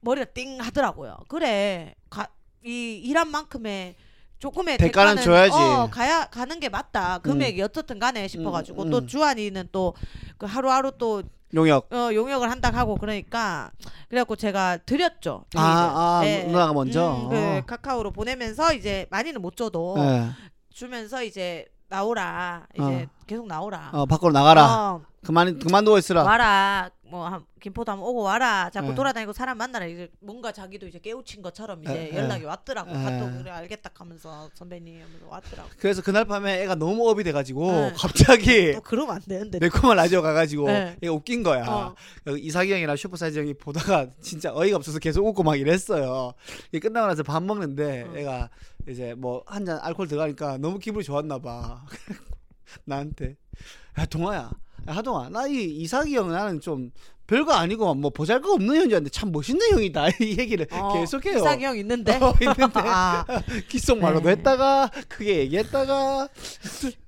Speaker 1: 머리가 띵 하더라고요. 그래 가, 이 일한 만큼의 조금의
Speaker 2: 대가는 줘야지.
Speaker 1: 어, 가야 가는 게 맞다. 금액이 어떻든 간에 싶어가지고
Speaker 2: 음, 음.
Speaker 1: 또 주한이는 또 그 하루하루 또
Speaker 2: 용역
Speaker 1: 어, 용역을 한다 하고 그러니까 그래갖고 제가 드렸죠.
Speaker 2: 아, 아,
Speaker 1: 페이를.
Speaker 2: 누나가 먼저?
Speaker 1: 네. 그
Speaker 2: 어.
Speaker 1: 카카오로 보내면서 이제 많이는 못 줘도
Speaker 2: 예.
Speaker 1: 주면서 이제 나오라 이제 계속 나오라.
Speaker 2: 어, 밖으로 나가라
Speaker 1: 어,
Speaker 2: 그만 그만 누워 있으라
Speaker 1: 와라 뭐 한- 김포도 한번 오고 와라 자꾸
Speaker 2: 예.
Speaker 1: 돌아다니고 사람 만나라 이제 뭔가 자기도 이제 깨우친 것처럼 이제
Speaker 2: 예,
Speaker 1: 연락이
Speaker 2: 예.
Speaker 1: 왔더라고
Speaker 2: 예.
Speaker 1: 카톡 그래 알겠다 하면서 선배님 하면서 왔더라고
Speaker 2: 그래서 그날 밤에 애가 너무 업이 돼가지고
Speaker 1: 네.
Speaker 2: 갑자기
Speaker 1: 또 그러면 안 되는데
Speaker 2: 내 코만 라디오 가가지고
Speaker 1: 네.
Speaker 2: 얘가 웃긴 거야
Speaker 1: 어.
Speaker 2: 그 이사기 형이랑 슈퍼사이즈 형이 보다가 진짜 어이가 없어서 계속 웃고 막 이랬어요. 이게 끝나고 나서 밥 먹는데
Speaker 1: 어.
Speaker 2: 얘가 이제 뭐 한 잔 알코올 들어가니까 너무 기분이 좋았나 봐. 나한테 야 동아야 야, 하동아 나 이 이사기 형 나는 좀 별거 아니고 뭐 보잘것 없는 형이었는데 참 멋있는 형이다 이 얘기를
Speaker 1: 어,
Speaker 2: 계속해요.
Speaker 1: 이상이 형 있는데
Speaker 2: 어, 있는데.
Speaker 1: 아.
Speaker 2: 귓속말로도
Speaker 1: 네.
Speaker 2: 했다가 크게 얘기했다가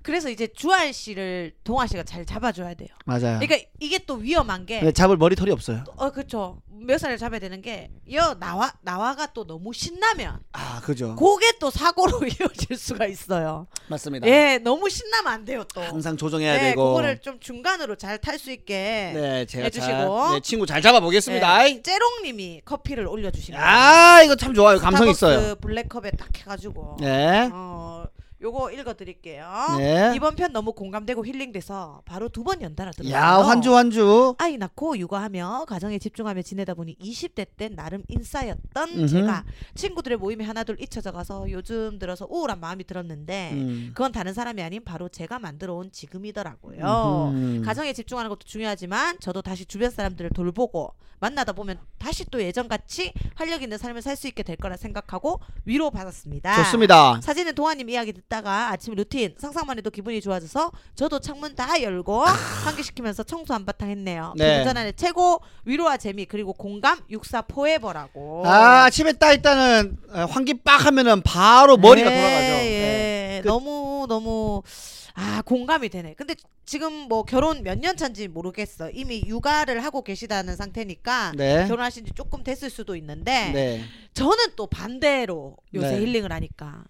Speaker 1: 그래서 이제 주한 씨를 동아 씨가 잘 잡아줘야 돼요.
Speaker 2: 맞아요.
Speaker 1: 그러니까 이게 또 위험한 게
Speaker 2: 근데 잡을 머리털이 없어요.
Speaker 1: 어 그렇죠 몇 살을 잡아야 되는 게여 나와 나와가 또 너무 신나면
Speaker 2: 아 그죠.
Speaker 1: 그게 또 사고로 이어질 수가 있어요.
Speaker 2: 맞습니다.
Speaker 1: 예 너무 신나면 안 돼요 또.
Speaker 2: 네, 항상 조정해야
Speaker 1: 네
Speaker 2: 되고.
Speaker 1: 그거를 좀 중간으로 잘 탈 수 있게. 예,
Speaker 2: 네, 제가
Speaker 1: 해주시고. 네.
Speaker 2: 잘, 네, 친구 잘 잡아보겠습니다. 아이.
Speaker 1: 롱님이 커피를 올려주신 거예요.
Speaker 2: 아, 이거 참 좋아요.
Speaker 1: 그
Speaker 2: 감성 있어요.
Speaker 1: 스타벅스 블랙컵에 딱 해가지고.
Speaker 2: 네.
Speaker 1: 어 요거 읽어드릴게요.
Speaker 2: 네.
Speaker 1: 이번 편 너무 공감되고 힐링돼서 바로 두 번 연달아 들어요.
Speaker 2: 야, 환주 환주.
Speaker 1: 아이 낳고 육아하며 가정에 집중하며 지내다 보니 20대 때 나름 인싸였던
Speaker 2: 음흠.
Speaker 1: 제가 친구들의 모임에 하나둘 잊혀져 가서 요즘 들어서 우울한 마음이 들었는데
Speaker 2: 음.
Speaker 1: 그건 다른 사람이 아닌 바로 제가 만들어 온 지금이더라고요.
Speaker 2: 음.
Speaker 1: 가정에 집중하는 것도 중요하지만 저도 다시 주변 사람들을 돌보고 만나다 보면 다시 또 예전같이 활력 있는 삶을 살 수 있게 될 거라 생각하고 위로 받았습니다.
Speaker 2: 좋습니다.
Speaker 1: 사진은 동아님 이야기 듣다가 아침 루틴 상상만 해도 기분이 좋아져서 저도 창문 다 열고 환기시키면서 청소 한바탕 했네요.
Speaker 2: 아. 네.
Speaker 1: 운전 안에 최고 위로와 재미 그리고 공감 육사 포에버라고.
Speaker 2: 아, 아침에 딱 일단은 어, 환기 빡 하면은 바로 머리가
Speaker 1: 예,
Speaker 2: 돌아가죠. 네.
Speaker 1: 예.
Speaker 2: 그-
Speaker 1: 너무 너무 아 공감이 되네. 근데 지금 뭐 결혼 몇 년 차인지 모르겠어. 이미 육아를 하고 계시다는 상태니까
Speaker 2: 네.
Speaker 1: 결혼하신 지 조금 됐을 수도 있는데
Speaker 2: 네.
Speaker 1: 저는 또 반대로 요새
Speaker 2: 네.
Speaker 1: 힐링을 하니까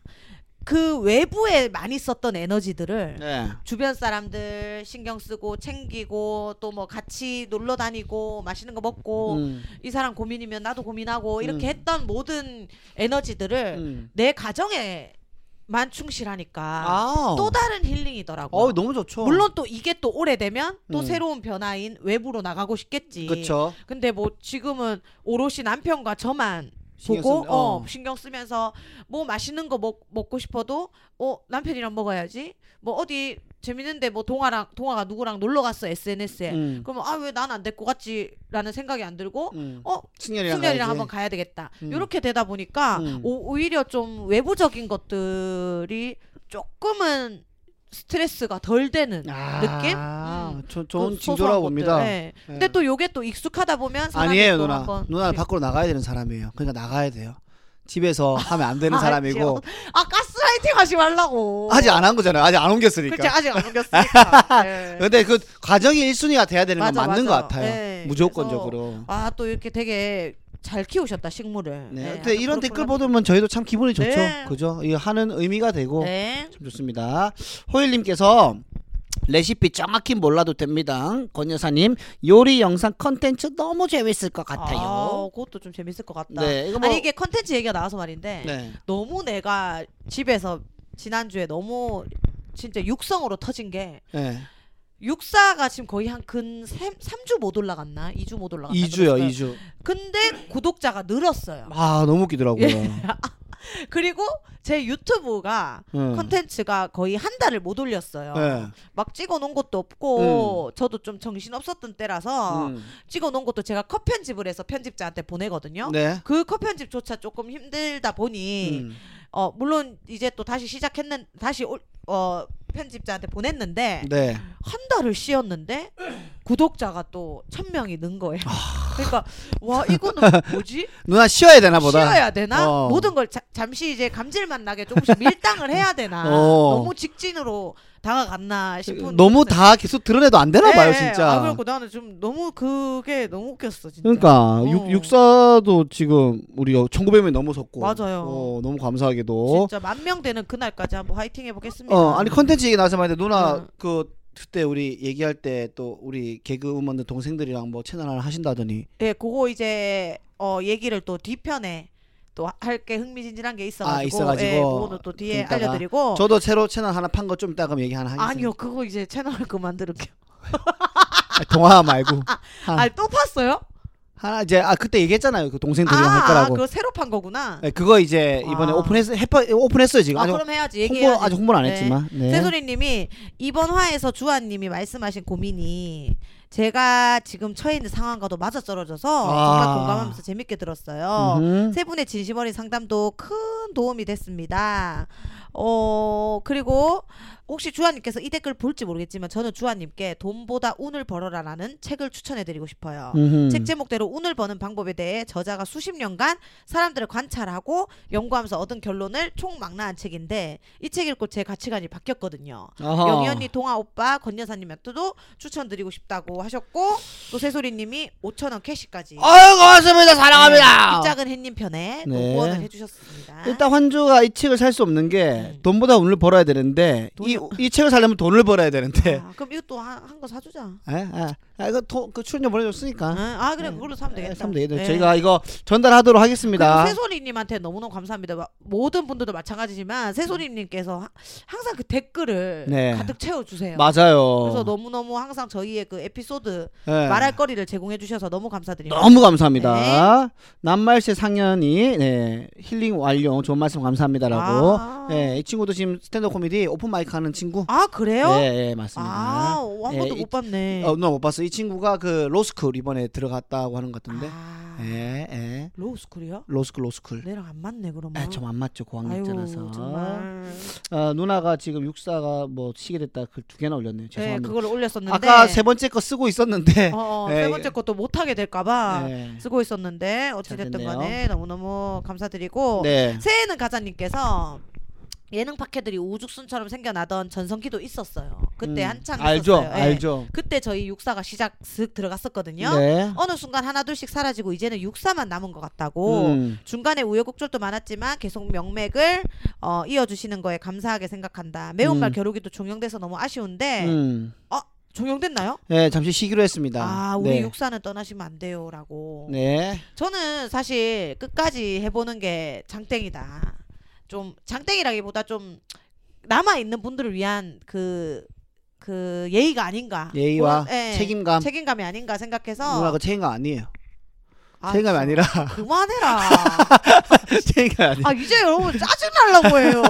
Speaker 1: 그 외부에 많이 썼던 에너지들을
Speaker 2: 네.
Speaker 1: 주변 사람들 신경 쓰고 챙기고 또 뭐 같이 놀러 다니고 맛있는 거 먹고
Speaker 2: 음,
Speaker 1: 이 사람 고민이면 나도 고민하고 이렇게
Speaker 2: 음.
Speaker 1: 했던 모든 에너지들을
Speaker 2: 음.
Speaker 1: 내 가정에만 충실하니까
Speaker 2: 아.
Speaker 1: 또 다른 힐링이더라고요.
Speaker 2: 어, 너무 좋죠.
Speaker 1: 물론 또 이게 또 오래되면 또
Speaker 2: 음.
Speaker 1: 새로운 변화인 외부로 나가고 싶겠지.
Speaker 2: 그렇죠.
Speaker 1: 근데 뭐 지금은 오롯이 남편과 저만
Speaker 2: 신경
Speaker 1: 보고
Speaker 2: 쓰는데,
Speaker 1: 어.
Speaker 2: 어.
Speaker 1: 신경 쓰면서 뭐 맛있는 거 먹, 먹고 싶어도 어 남편이랑 먹어야지 뭐 어디 재밌는데 뭐 동아랑 동아가 누구랑 놀러 갔어 SNS에
Speaker 2: 음.
Speaker 1: 그러면 아 왜 난 안 될 것 같지라는 생각이 안 들고
Speaker 2: 음.
Speaker 1: 어
Speaker 2: 승열이랑
Speaker 1: 승렬이랑
Speaker 2: 가야지.
Speaker 1: 한번 가야 되겠다
Speaker 2: 음.
Speaker 1: 이렇게 되다 보니까
Speaker 2: 음.
Speaker 1: 오, 오히려 좀 외부적인 것들이 조금은 스트레스가 덜 되는
Speaker 2: 아,
Speaker 1: 느낌?
Speaker 2: 저, 좋은
Speaker 1: 그
Speaker 2: 징조라고
Speaker 1: 소소한
Speaker 2: 봅니다.
Speaker 1: 것들. 네.
Speaker 2: 예.
Speaker 1: 근데 또 요게 또 익숙하다 보면 사람이
Speaker 2: 아니에요
Speaker 1: 또
Speaker 2: 누나
Speaker 1: 한번- 네.
Speaker 2: 누나는 밖으로 나가야 되는 사람이에요 그러니까 나가야 돼요 집에서 하면 안 되는
Speaker 1: 아,
Speaker 2: 사람이고
Speaker 1: 아 가스라이팅 하지 말라고
Speaker 2: 아직 안 한 거잖아요 아직 안 옮겼으니까
Speaker 1: 그렇지 아직 안 옮겼으니까 네.
Speaker 2: 근데 그 과정이 1순위가 돼야 되는 건
Speaker 1: 맞아,
Speaker 2: 맞는
Speaker 1: 맞아.
Speaker 2: 것 같아요
Speaker 1: 네.
Speaker 2: 무조건적으로
Speaker 1: 아또 이렇게 되게 잘 키우셨다 식물을
Speaker 2: 네.
Speaker 1: 네,
Speaker 2: 근데
Speaker 1: 아주
Speaker 2: 이런 댓글
Speaker 1: 그렇구나.
Speaker 2: 보면 저희도 참 기분이 좋죠
Speaker 1: 네.
Speaker 2: 그죠 이 하는 의미가 되고
Speaker 1: 네.
Speaker 2: 참 좋습니다 호일님께서 레시피 정확히 몰라도 됩니다 권 여사님 요리 영상 컨텐츠 너무 재밌을 것
Speaker 1: 아,
Speaker 2: 같아요
Speaker 1: 그것도 좀 재밌을 것 같다
Speaker 2: 네 이거 뭐
Speaker 1: 아니 이게 컨텐츠 얘기가 나와서 말인데
Speaker 2: 네.
Speaker 1: 너무 내가 집에서 지난주에 너무 진짜 육성으로 터진 게
Speaker 2: 네.
Speaker 1: 육사가 지금 거의 한근 3주 못 올라갔나? 2주 못 올라갔나? 아,
Speaker 2: 2주요
Speaker 1: 그랬어요.
Speaker 2: 2주
Speaker 1: 근데 구독자가 늘었어요.
Speaker 2: 아 너무 웃기더라고요
Speaker 1: 예. 그리고 제 유튜브가
Speaker 2: 응.
Speaker 1: 컨텐츠가 거의 한 달을 못 올렸어요.
Speaker 2: 음. 네.
Speaker 1: 막 찍어 놓은 것도 없고 저도 좀 정신 없었던 때라서
Speaker 2: 음.
Speaker 1: 찍어 놓은 것도 제가 컷 편집을 해서 편집자한테 보내거든요.
Speaker 2: 네.
Speaker 1: 그 컷 편집조차 조금 힘들다 보니
Speaker 2: 음.
Speaker 1: 어 물론 이제 또 다시 시작했는 다시 올, 어 편집자한테 보냈는데
Speaker 2: 네.
Speaker 1: 한 달을 쉬었는데 구독자가 또 천 명이 는 거예요.
Speaker 2: 아.
Speaker 1: 그러니까 와 이거는 뭐지?
Speaker 2: 누나 쉬어야 되나 보다.
Speaker 1: 쉬어야 되나?
Speaker 2: 어.
Speaker 1: 모든 걸 자- 잠시 이제 감질맛 나게 조금씩 밀당을 해야 되나?
Speaker 2: 어.
Speaker 1: 너무 직진으로 다가갔나 싶은
Speaker 2: 너무 다 계속 드러내도 안 되나
Speaker 1: 예,
Speaker 2: 봐요,
Speaker 1: 예.
Speaker 2: 진짜.
Speaker 1: 네. 아 그렇고 나는 좀 너무 그게 너무 웃겼어 진짜.
Speaker 2: 그러니까
Speaker 1: 어.
Speaker 2: 육, 육사도 지금 우리가 1900명이 넘어섰고
Speaker 1: 맞아요.
Speaker 2: 어, 너무 감사하게도.
Speaker 1: 진짜 만 명 되는 그날까지 한번 화이팅 해보겠습니다.
Speaker 2: 어, 아니 컨텐츠 얘기 나서 말인데 누나
Speaker 1: 음.
Speaker 2: 그 그때 우리 얘기할 때 또 우리 개그우먼들 동생들이랑 뭐 채널 하나 하신다더니
Speaker 1: 예, 그거 이제 어 얘기를 또 뒤편에 또 할 게 흥미진진한 게 있어가지고,
Speaker 2: 아, 있어가지고.
Speaker 1: 예, 그거는 또 뒤에
Speaker 2: 좀 이따가.
Speaker 1: 알려드리고
Speaker 2: 저도 새로 채널 하나 판 거 좀 이따가 얘기 하나 하겠습니다.
Speaker 1: 어. 아니요 그거 이제 채널 그만들을게요.
Speaker 2: 아, 동화 말고 아.
Speaker 1: 아 또 팠어요?
Speaker 2: 하나 이제 아 그때 얘기했잖아요. 그 동생들이랑 할
Speaker 1: 아, 아
Speaker 2: 거라고.
Speaker 1: 그거 새로 판 거구나.
Speaker 2: 네, 그거 이제 이번에
Speaker 1: 아.
Speaker 2: 오픈했 해파- 오픈했어요 지금.
Speaker 1: 아
Speaker 2: 아직
Speaker 1: 그럼 해야지
Speaker 2: 홍보
Speaker 1: 얘기해야지.
Speaker 2: 아직 홍보는 안
Speaker 1: 네.
Speaker 2: 했지만. 네.
Speaker 1: 새소리님이 이번 화에서 주한님이 말씀하신 고민이 제가 지금 처해 있는 상황과도 맞아떨어져서
Speaker 2: 아.
Speaker 1: 정말 공감하면서 재밌게 들었어요.
Speaker 2: 음흠.
Speaker 1: 세 분의 진심 어린 상담도 큰 도움이 됐습니다. 어, 그리고 혹시 주아님께서 이 댓글 볼지 모르겠지만 저는 주아님께 돈보다 운을 벌어라라는 책을 추천해드리고 싶어요.
Speaker 2: 음흠.
Speaker 1: 책 제목대로 운을 버는 방법에 대해 저자가 수십 년간 사람들을 관찰하고 연구하면서 얻은 결론을 총망라한 책인데 이 책 읽고 제 가치관이 바뀌었거든요.
Speaker 2: 아하.
Speaker 1: 영희 언니, 동아 오빠, 권 여사님한테도 추천드리고 싶다고 하셨고 또 새소리님이 5천 원 캐시까지
Speaker 2: 아유 고맙습니다. 아.
Speaker 1: 네,
Speaker 2: 사랑합니다.
Speaker 1: 이 작은 햇님 편에 또
Speaker 2: 어, 네.
Speaker 1: 후원을 해주셨습니다.
Speaker 2: 일단 환주가 이 책을 살 수 없는 게
Speaker 1: 음.
Speaker 2: 돈보다 운을 벌어야 되는데 이, 이 책을 살려면 돈을 벌어야 되는데.
Speaker 1: 아, 그럼 이것도 한 거 사주자.
Speaker 2: 아, 아, 아 이거 돈, 그 출연료 보내줬으니까.
Speaker 1: 아, 그래 그걸로 사면 되겠다.
Speaker 2: 네. 사면 되겠다.
Speaker 1: 네.
Speaker 2: 저희가 이거 전달하도록 하겠습니다.
Speaker 1: 그리고 새소리님한테 너무너무 감사합니다. 마- 모든 분들도 마찬가지지만 새소리님께서 하- 항상 그 댓글을
Speaker 2: 네.
Speaker 1: 가득 채워주세요.
Speaker 2: 맞아요.
Speaker 1: 그래서 너무너무 항상 저희의 그 에피소드
Speaker 2: 네.
Speaker 1: 말할 거리를 제공해 주셔서 너무 감사드립니다.
Speaker 2: 너무
Speaker 1: 네.
Speaker 2: 감사합니다. 남말씨 상현이 네, 힐링 완료 좋은 말씀 감사합니다라고.
Speaker 1: 아.
Speaker 2: 네, 이 친구도 지금 스탠드 코미디 오픈 마이크 하는 친구.
Speaker 1: 아 그래요?
Speaker 2: 예, 예, 맞습니다.
Speaker 1: 아, 어, 한
Speaker 2: 예,
Speaker 1: 번도
Speaker 2: 이-
Speaker 1: 못 봤네.
Speaker 2: 어, 누나 못 봤어. 이 친구가 그 로스쿨 이번에 들어갔다고 하는 것 같은데.
Speaker 1: 아,
Speaker 2: 예, 예.
Speaker 1: 로우스쿨이요?
Speaker 2: 로스쿨 로스쿨.
Speaker 1: 내랑 안 맞네 그러면.
Speaker 2: 아, 좀안
Speaker 1: 아유,
Speaker 2: 맞죠. 고학력자라서.
Speaker 1: 정말. 네,
Speaker 2: 아, 누나가 지금 육사가 뭐 시계 됐다 그 두 개나
Speaker 1: 네,
Speaker 2: 올렸네요. 죄송합니다.
Speaker 1: 그걸 올렸었는데
Speaker 2: 아까 세 번째 거 쓰고 있었는데.
Speaker 1: 어, 어,
Speaker 2: 예,
Speaker 1: 세 번째 것도 못 하게 될까봐
Speaker 2: 예.
Speaker 1: 쓰고 있었는데 어찌
Speaker 2: 잘
Speaker 1: 됐든
Speaker 2: 됐네요.
Speaker 1: 간에 너무 너무 감사드리고
Speaker 2: 네.
Speaker 1: 새해는 가자님께서 예능 파케들이 우죽순처럼 생겨나던 전성기도 있었어요. 그때
Speaker 2: 음,
Speaker 1: 한창
Speaker 2: 알죠.
Speaker 1: 있었어요. 예.
Speaker 2: 알죠.
Speaker 1: 그때 저희 육사가 시작 쓱 들어갔었거든요.
Speaker 2: 네.
Speaker 1: 어느 순간 하나 둘씩 사라지고 이제는 육사만 남은 것 같다고
Speaker 2: 음.
Speaker 1: 중간에 우여곡절도 많았지만 계속 명맥을 어, 이어주시는 거에 감사하게 생각한다. 매운말
Speaker 2: 음.
Speaker 1: 겨루기도 종영돼서 너무 아쉬운데
Speaker 2: 음.
Speaker 1: 종영됐나요?
Speaker 2: 네, 잠시 쉬기로 했습니다.
Speaker 1: 아 우리
Speaker 2: 네.
Speaker 1: 육사는 떠나시면 안 돼요라고.
Speaker 2: 네.
Speaker 1: 저는 사실 끝까지 해보는 게 장땡이다. 좀 장땡이라기보다 좀 남아 있는 분들을 위한 그. 그 예의가 아닌가
Speaker 2: 예의와
Speaker 1: 그런- 예,
Speaker 2: 책임감.
Speaker 1: 책임감이 아닌가 생각해서
Speaker 2: 누나 그 책임감 아니에요.
Speaker 1: 아,
Speaker 2: 생각이
Speaker 1: 진짜.
Speaker 2: 아니라
Speaker 1: 그만해라.
Speaker 2: 생각이 아니라
Speaker 1: 아 이제 여러분 짜증 날라고 해요.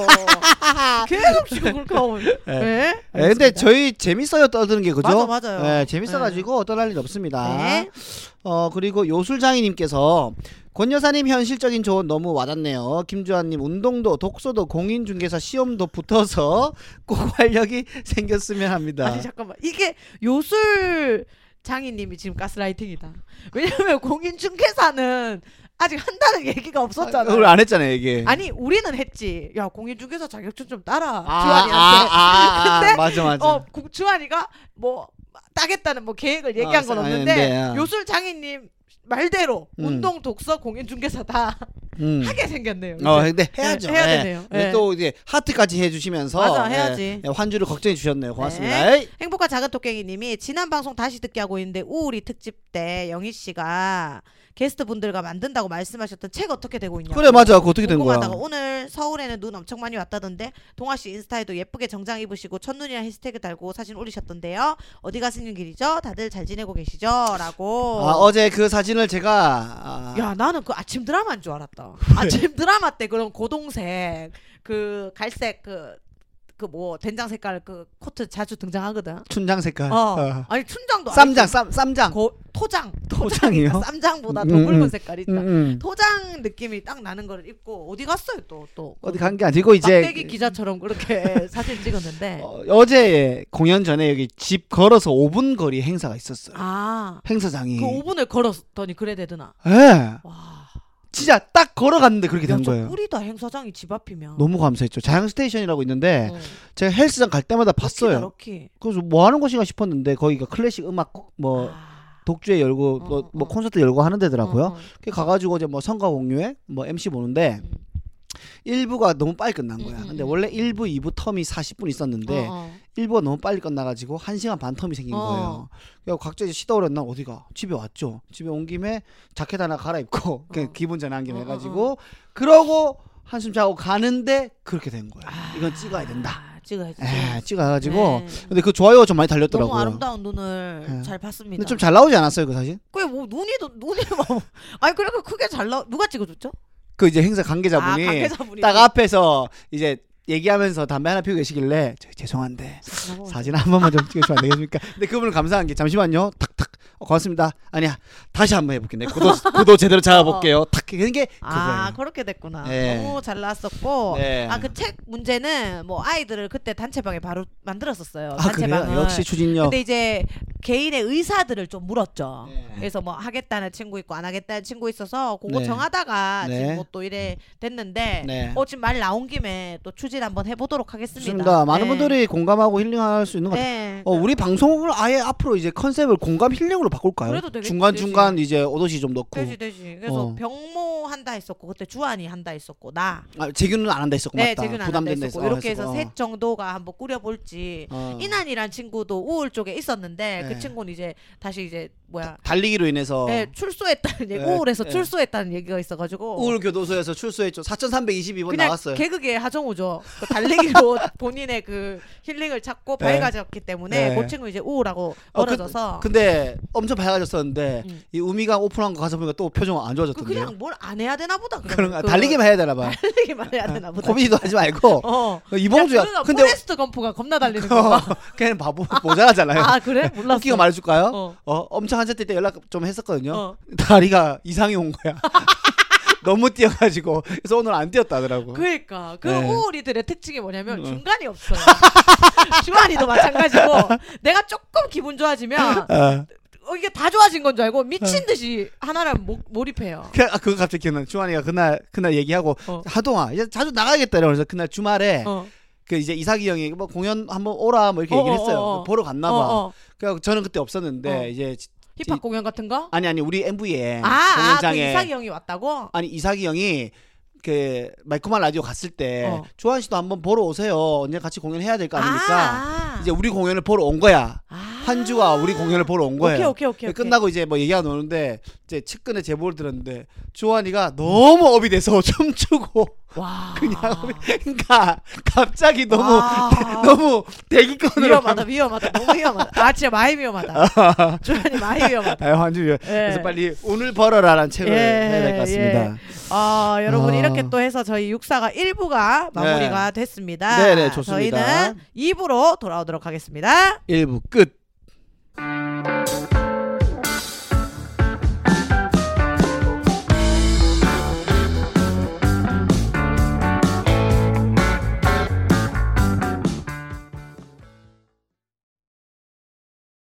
Speaker 1: 계속 지금 그렇게 하고. 네.
Speaker 2: 예, 근데 저희 재밌어요 떠드는 게 그죠?
Speaker 1: 맞아, 맞아요.
Speaker 2: 예, 재밌어가지고 떠날 일 없습니다.
Speaker 1: 네.
Speaker 2: 어 그리고 요술장이님께서 권 여사님 현실적인 조언 너무 와닿네요. 김주환님 운동도 독서도 공인중개사 시험도 붙어서 꼭 활력이 생겼으면 합니다.
Speaker 1: 아니 잠깐만 이게 요술 장인님이 지금 가스라이팅이다. 왜냐면 공인중개사는 아직 한다는 얘기가 없었잖아.
Speaker 2: 오늘 안 했잖아요 이게.
Speaker 1: 아니 우리는 했지. 야 공인중개사 자격증 좀 따라.
Speaker 2: 네. 아,
Speaker 1: 주환이한테.
Speaker 2: 아, 아,
Speaker 1: 근데
Speaker 2: 맞아 맞아.
Speaker 1: 어, 국- 주환이가 뭐 따겠다는 뭐 계획을 얘기한 건
Speaker 2: 아,
Speaker 1: 없는데
Speaker 2: 네, 아.
Speaker 1: 요술 장인님 말대로
Speaker 2: 음.
Speaker 1: 운동 독서 공인중개사 다
Speaker 2: 음.
Speaker 1: 하게 생겼네요.
Speaker 2: 어
Speaker 1: 이제.
Speaker 2: 근데 해야죠.
Speaker 1: 해야
Speaker 2: 예.
Speaker 1: 되네요.
Speaker 2: 근데
Speaker 1: 예.
Speaker 2: 또 이제 하트까지 해주시면서
Speaker 1: 맞아,
Speaker 2: 예.
Speaker 1: 해야지.
Speaker 2: 예, 환주를 걱정해 주셨네요. 고맙습니다. 에이.
Speaker 1: 행복한 작은 토깽이님이 지난 방송 다시 듣기 하고 있는데 우울이 특집 때 영희 씨가 게스트 분들과 만든다고 말씀하셨던 책 어떻게 되고 있냐고.
Speaker 2: 그래 맞아. 그거 어떻게 된 거야?
Speaker 1: 궁금하다가 오늘 서울에는 눈 엄청 많이 왔다던데 동아 씨 인스타에도 예쁘게 정장 입으시고 첫눈이라 해시태그 달고 사진 올리셨던데요. 어디 가시는 길이죠? 다들 잘 지내고 계시죠?라고.
Speaker 2: 아 어제 그 사진을 제가 아,
Speaker 1: 야 나는 그 아침 드라마인 줄 알았다. 아침 드라마 때 그런 고동색 그 갈색 그 그 뭐 된장 색깔 그 코트 자주 등장하거든.
Speaker 2: 춘장 색깔.
Speaker 1: 어.
Speaker 2: 어.
Speaker 1: 아니 춘장도
Speaker 2: 쌈장 쌈 쌈장.
Speaker 1: 아니고 고, 토장
Speaker 2: 토장이요?
Speaker 1: 토장이다. 쌈장보다 더
Speaker 2: 음, 음.
Speaker 1: 붉은 색깔이 있다.
Speaker 2: 음, 음.
Speaker 1: 토장 느낌이 딱 나는 걸 입고 어디 갔어요 또 또.
Speaker 2: 어디 간 게 아니고 이제 그
Speaker 1: 막대기 기자처럼 그렇게 사진 찍었는데
Speaker 2: 어, 제 공연 전에 여기 집 걸어서 5분 거리 행사가 있었어요.
Speaker 1: 아그
Speaker 2: 행사장이.
Speaker 1: 5분을 걸었더니 그래 되드나.
Speaker 2: 예.
Speaker 1: 와.
Speaker 2: 진짜 딱 걸어갔는데 그렇게
Speaker 1: 야,
Speaker 2: 된
Speaker 1: 저
Speaker 2: 거예요.
Speaker 1: 꿀이다 행사장이 집 앞이면.
Speaker 2: 너무 네, 감사했죠. 자양 스테이션이라고 있는데
Speaker 1: 어,
Speaker 2: 제가 헬스장 갈 때마다
Speaker 1: 럭키다,
Speaker 2: 봤어요.
Speaker 1: 럭키.
Speaker 2: 그래서 뭐 하는 곳인가 싶었는데 거기가 클래식 음악 뭐
Speaker 1: 아.
Speaker 2: 독주회 열고
Speaker 1: 어,
Speaker 2: 뭐, 뭐
Speaker 1: 어.
Speaker 2: 콘서트 열고 하는 데더라고요.
Speaker 1: 어, 어.
Speaker 2: 그 가가지고 이제 뭐 성과 공유회 뭐 MC 보는데
Speaker 1: 음.
Speaker 2: 일부가 너무 빨리 끝난 거야.
Speaker 1: 음, 음,
Speaker 2: 근데
Speaker 1: 음.
Speaker 2: 원래 일부, 이부 텀이 40분 있었는데
Speaker 1: 어, 어.
Speaker 2: 일부가 너무 빨리 끝나가지고 한 시간 반 텀이 생긴
Speaker 1: 어.
Speaker 2: 거예요. 그래서 각자 이제 쉬다 오려나 어디가 집에 왔죠. 집에 온 김에 자켓 하나 갈아입고 그냥
Speaker 1: 어.
Speaker 2: 기분 전환 겸
Speaker 1: 어, 어,
Speaker 2: 해가지고 그러고 한숨 자고 가는데 그렇게 된 거야.
Speaker 1: 아.
Speaker 2: 이건 찍어야 된다.
Speaker 1: 아, 찍어야지.
Speaker 2: 에 찍어가지고
Speaker 1: 네.
Speaker 2: 근데 그 좋아요가 좀 많이 달렸더라고요.
Speaker 1: 너무 아름다운 눈을
Speaker 2: 예.
Speaker 1: 잘 봤습니다.
Speaker 2: 근데 좀 잘 나오지 않았어요 그 사진?
Speaker 1: 그게 뭐 눈이 더- 눈이 뭐 아니 그렇게 크게 잘 나. 누가 찍어줬죠?
Speaker 2: 그 이제 행사 관계자분이
Speaker 1: 아 관계자분이.
Speaker 2: 딱 앞에서 이제 얘기하면서 담배 하나 피우고 계시길래 저 죄송한데
Speaker 1: 어, 네.
Speaker 2: 사진 한 번만 좀 찍어주면 안 되겠습니까? 근데 그분을 감사한 게 잠시만요. 탁탁 어, 고맙습니다. 아니야 다시 한 번 해볼게. 내 구도 구도 제대로 잡아볼게요. 탁 이런 게
Speaker 1: 어. 아
Speaker 2: 그거예요.
Speaker 1: 그렇게 됐구나.
Speaker 2: 예.
Speaker 1: 너무 잘 나왔었고.
Speaker 2: 네.
Speaker 1: 아 그 책 문제는 뭐 아이들을 그때 단체방에 바로 만들었었어요.
Speaker 2: 아,
Speaker 1: 단체방을.
Speaker 2: 그래요? 역시 추진력.
Speaker 1: 근데 이제 개인의 의사들을 좀 물었죠.
Speaker 2: 네.
Speaker 1: 그래서 뭐 하겠다는 친구 있고 안 하겠다는 친구 있어서 그거
Speaker 2: 네.
Speaker 1: 정하다가
Speaker 2: 네.
Speaker 1: 지금 뭐또 이래 됐는데
Speaker 2: 네.
Speaker 1: 어 지금 말 나온 김에 또 추진 한번 해보도록 하겠습니다.
Speaker 2: 좋습니다. 많은
Speaker 1: 네.
Speaker 2: 분들이 공감하고 힐링할 수 있는 것 같아요.
Speaker 1: 네.
Speaker 2: 어, 우리 방송을 아예 앞으로 이제 컨셉을 공감 힐링으로 바꿀까요?
Speaker 1: 그래도 되겠-
Speaker 2: 중간 중간 이제 오도시 좀 넣고
Speaker 1: 되지 되지. 그래서
Speaker 2: 어.
Speaker 1: 병모 한다 했었고 그때 주한이 한다 했었고 나.
Speaker 2: 아, 재규는 안 한다 했었고
Speaker 1: 네,
Speaker 2: 맞다.
Speaker 1: 재균 안 한다
Speaker 2: 부담된다
Speaker 1: 했었고
Speaker 2: 했었고
Speaker 1: 이렇게 해서
Speaker 2: 어.
Speaker 1: 셋 정도가 한번 꾸려볼지.
Speaker 2: 어.
Speaker 1: 이난이란 친구도 우울 쪽에 있었는데
Speaker 2: 네.
Speaker 1: 그 친구는 이제 다시 이제 뭐야
Speaker 2: 달리기로 인해서
Speaker 1: 네, 출소했다는 얘기
Speaker 2: 네,
Speaker 1: 우울해서
Speaker 2: 네.
Speaker 1: 출소했다는 얘기가 있어가지고
Speaker 2: 우울 교도소에서 출소했죠. 4,322번
Speaker 1: 그냥
Speaker 2: 나왔어요.
Speaker 1: 개그계 하정우죠 그 달리기로 본인의 그 힐링을 찾고
Speaker 2: 네.
Speaker 1: 밝아졌기 때문에
Speaker 2: 네.
Speaker 1: 그 친구 이제 우울하고
Speaker 2: 어,
Speaker 1: 멀어져서 그,
Speaker 2: 근데 엄청 밝아졌었는데
Speaker 1: 음.
Speaker 2: 이 우미가 오픈한 거 가서 보니까 또 표정 안 좋아졌던데.
Speaker 1: 냥그 뭘 안 해야 되나 보다 그러면.
Speaker 2: 그런가
Speaker 1: 그뭐
Speaker 2: 달리기만 해야 되나 봐.
Speaker 1: 달리기만 해야 되나 보다
Speaker 2: 고민도 하지 말고
Speaker 1: 어
Speaker 2: 이봉주야.
Speaker 1: 야, 근데
Speaker 2: 근데
Speaker 1: 포레스트 검프가 겁나 달리는
Speaker 2: 어,
Speaker 1: 거아
Speaker 2: 걔는 바보 모자라잖아요.
Speaker 1: 그래 몰랐어
Speaker 2: 웃기고 말해줄까요? 어.
Speaker 1: 어.
Speaker 2: 엄청 한참 뛸때 연락 좀 했었거든요.
Speaker 1: 어.
Speaker 2: 다리가 이상이 온 거야. 너무 뛰어가지고 그래서 오늘 안 뛰었다더라고.
Speaker 1: 그러니까 그
Speaker 2: 어? 네.
Speaker 1: 우울이들의 특징이 뭐냐면
Speaker 2: 어.
Speaker 1: 중간이 없어요. 주한이도 마찬가지고 내가 조금 기분 좋아지면
Speaker 2: 아,
Speaker 1: 어, 이게 다 좋아진 건 줄 알고
Speaker 2: 네.
Speaker 1: 미친 듯이 하나를 모, 몰입해요.
Speaker 2: 그- 아, 그거 갑자기 기억나. 주환이가 그날 그날 얘기하고
Speaker 1: 어.
Speaker 2: 하동아 이제 자주 나가겠다 그래서 그날 주말에
Speaker 1: 어.
Speaker 2: 그 이제 이삭이 형이 뭐 공연 한번 오라 뭐 이렇게
Speaker 1: 어,
Speaker 2: 얘기를
Speaker 1: 어,
Speaker 2: 했어요.
Speaker 1: 어, 어.
Speaker 2: 보러 갔나 봐.
Speaker 1: 어, 어.
Speaker 2: 그래서 저는 그때 없었는데
Speaker 1: 어.
Speaker 2: 이제 지-
Speaker 1: 힙합
Speaker 2: 이-
Speaker 1: 공연 같은 거?
Speaker 2: 아니 아니 우리 MV에
Speaker 1: 아, 아, 그
Speaker 2: 공연장에
Speaker 1: 이상이 형이 왔다고?
Speaker 2: 아니 이삭이 형이 그 말콤한 라디오 갔을 때
Speaker 1: 어.
Speaker 2: 조한 씨도 한번 보러 오세요. 언제 같이 공연해야 될 거 아닙니까?
Speaker 1: 아,
Speaker 2: 이제 우리 공연을 보러 온 거야.
Speaker 1: 아.
Speaker 2: 한주가 우리 공연을 보러 온 거예요.
Speaker 1: 오케이, 오케이, 오케이. 오케이.
Speaker 2: 끝나고 이제 뭐 얘기가 나오는데 이제 측근의 제보를 들었는데 주환이가 너무 업이 돼서 춤추고
Speaker 1: 와.
Speaker 2: 그냥 그러니까 갑자기 너무
Speaker 1: 와.
Speaker 2: 너무 대기권으로
Speaker 1: 아. 위험하다, 위험하다, 너무 위험하다. 아 진짜 많이 위험하다.
Speaker 2: 아,
Speaker 1: 조연이 많이 위험하다.
Speaker 2: 완전 위험. 그래서 빨리 오늘 벌어라라는 책을
Speaker 1: 예,
Speaker 2: 해야 될 것 같습니다.
Speaker 1: 아 여러분
Speaker 2: 아. 네.
Speaker 1: 이렇게 또 해서 저희 육사가 1부가 마무리가 됐습니다.
Speaker 2: 네네, 좋습니다.
Speaker 1: 저희는 2부로 돌아오도록 하겠습니다.
Speaker 2: 일부 끝.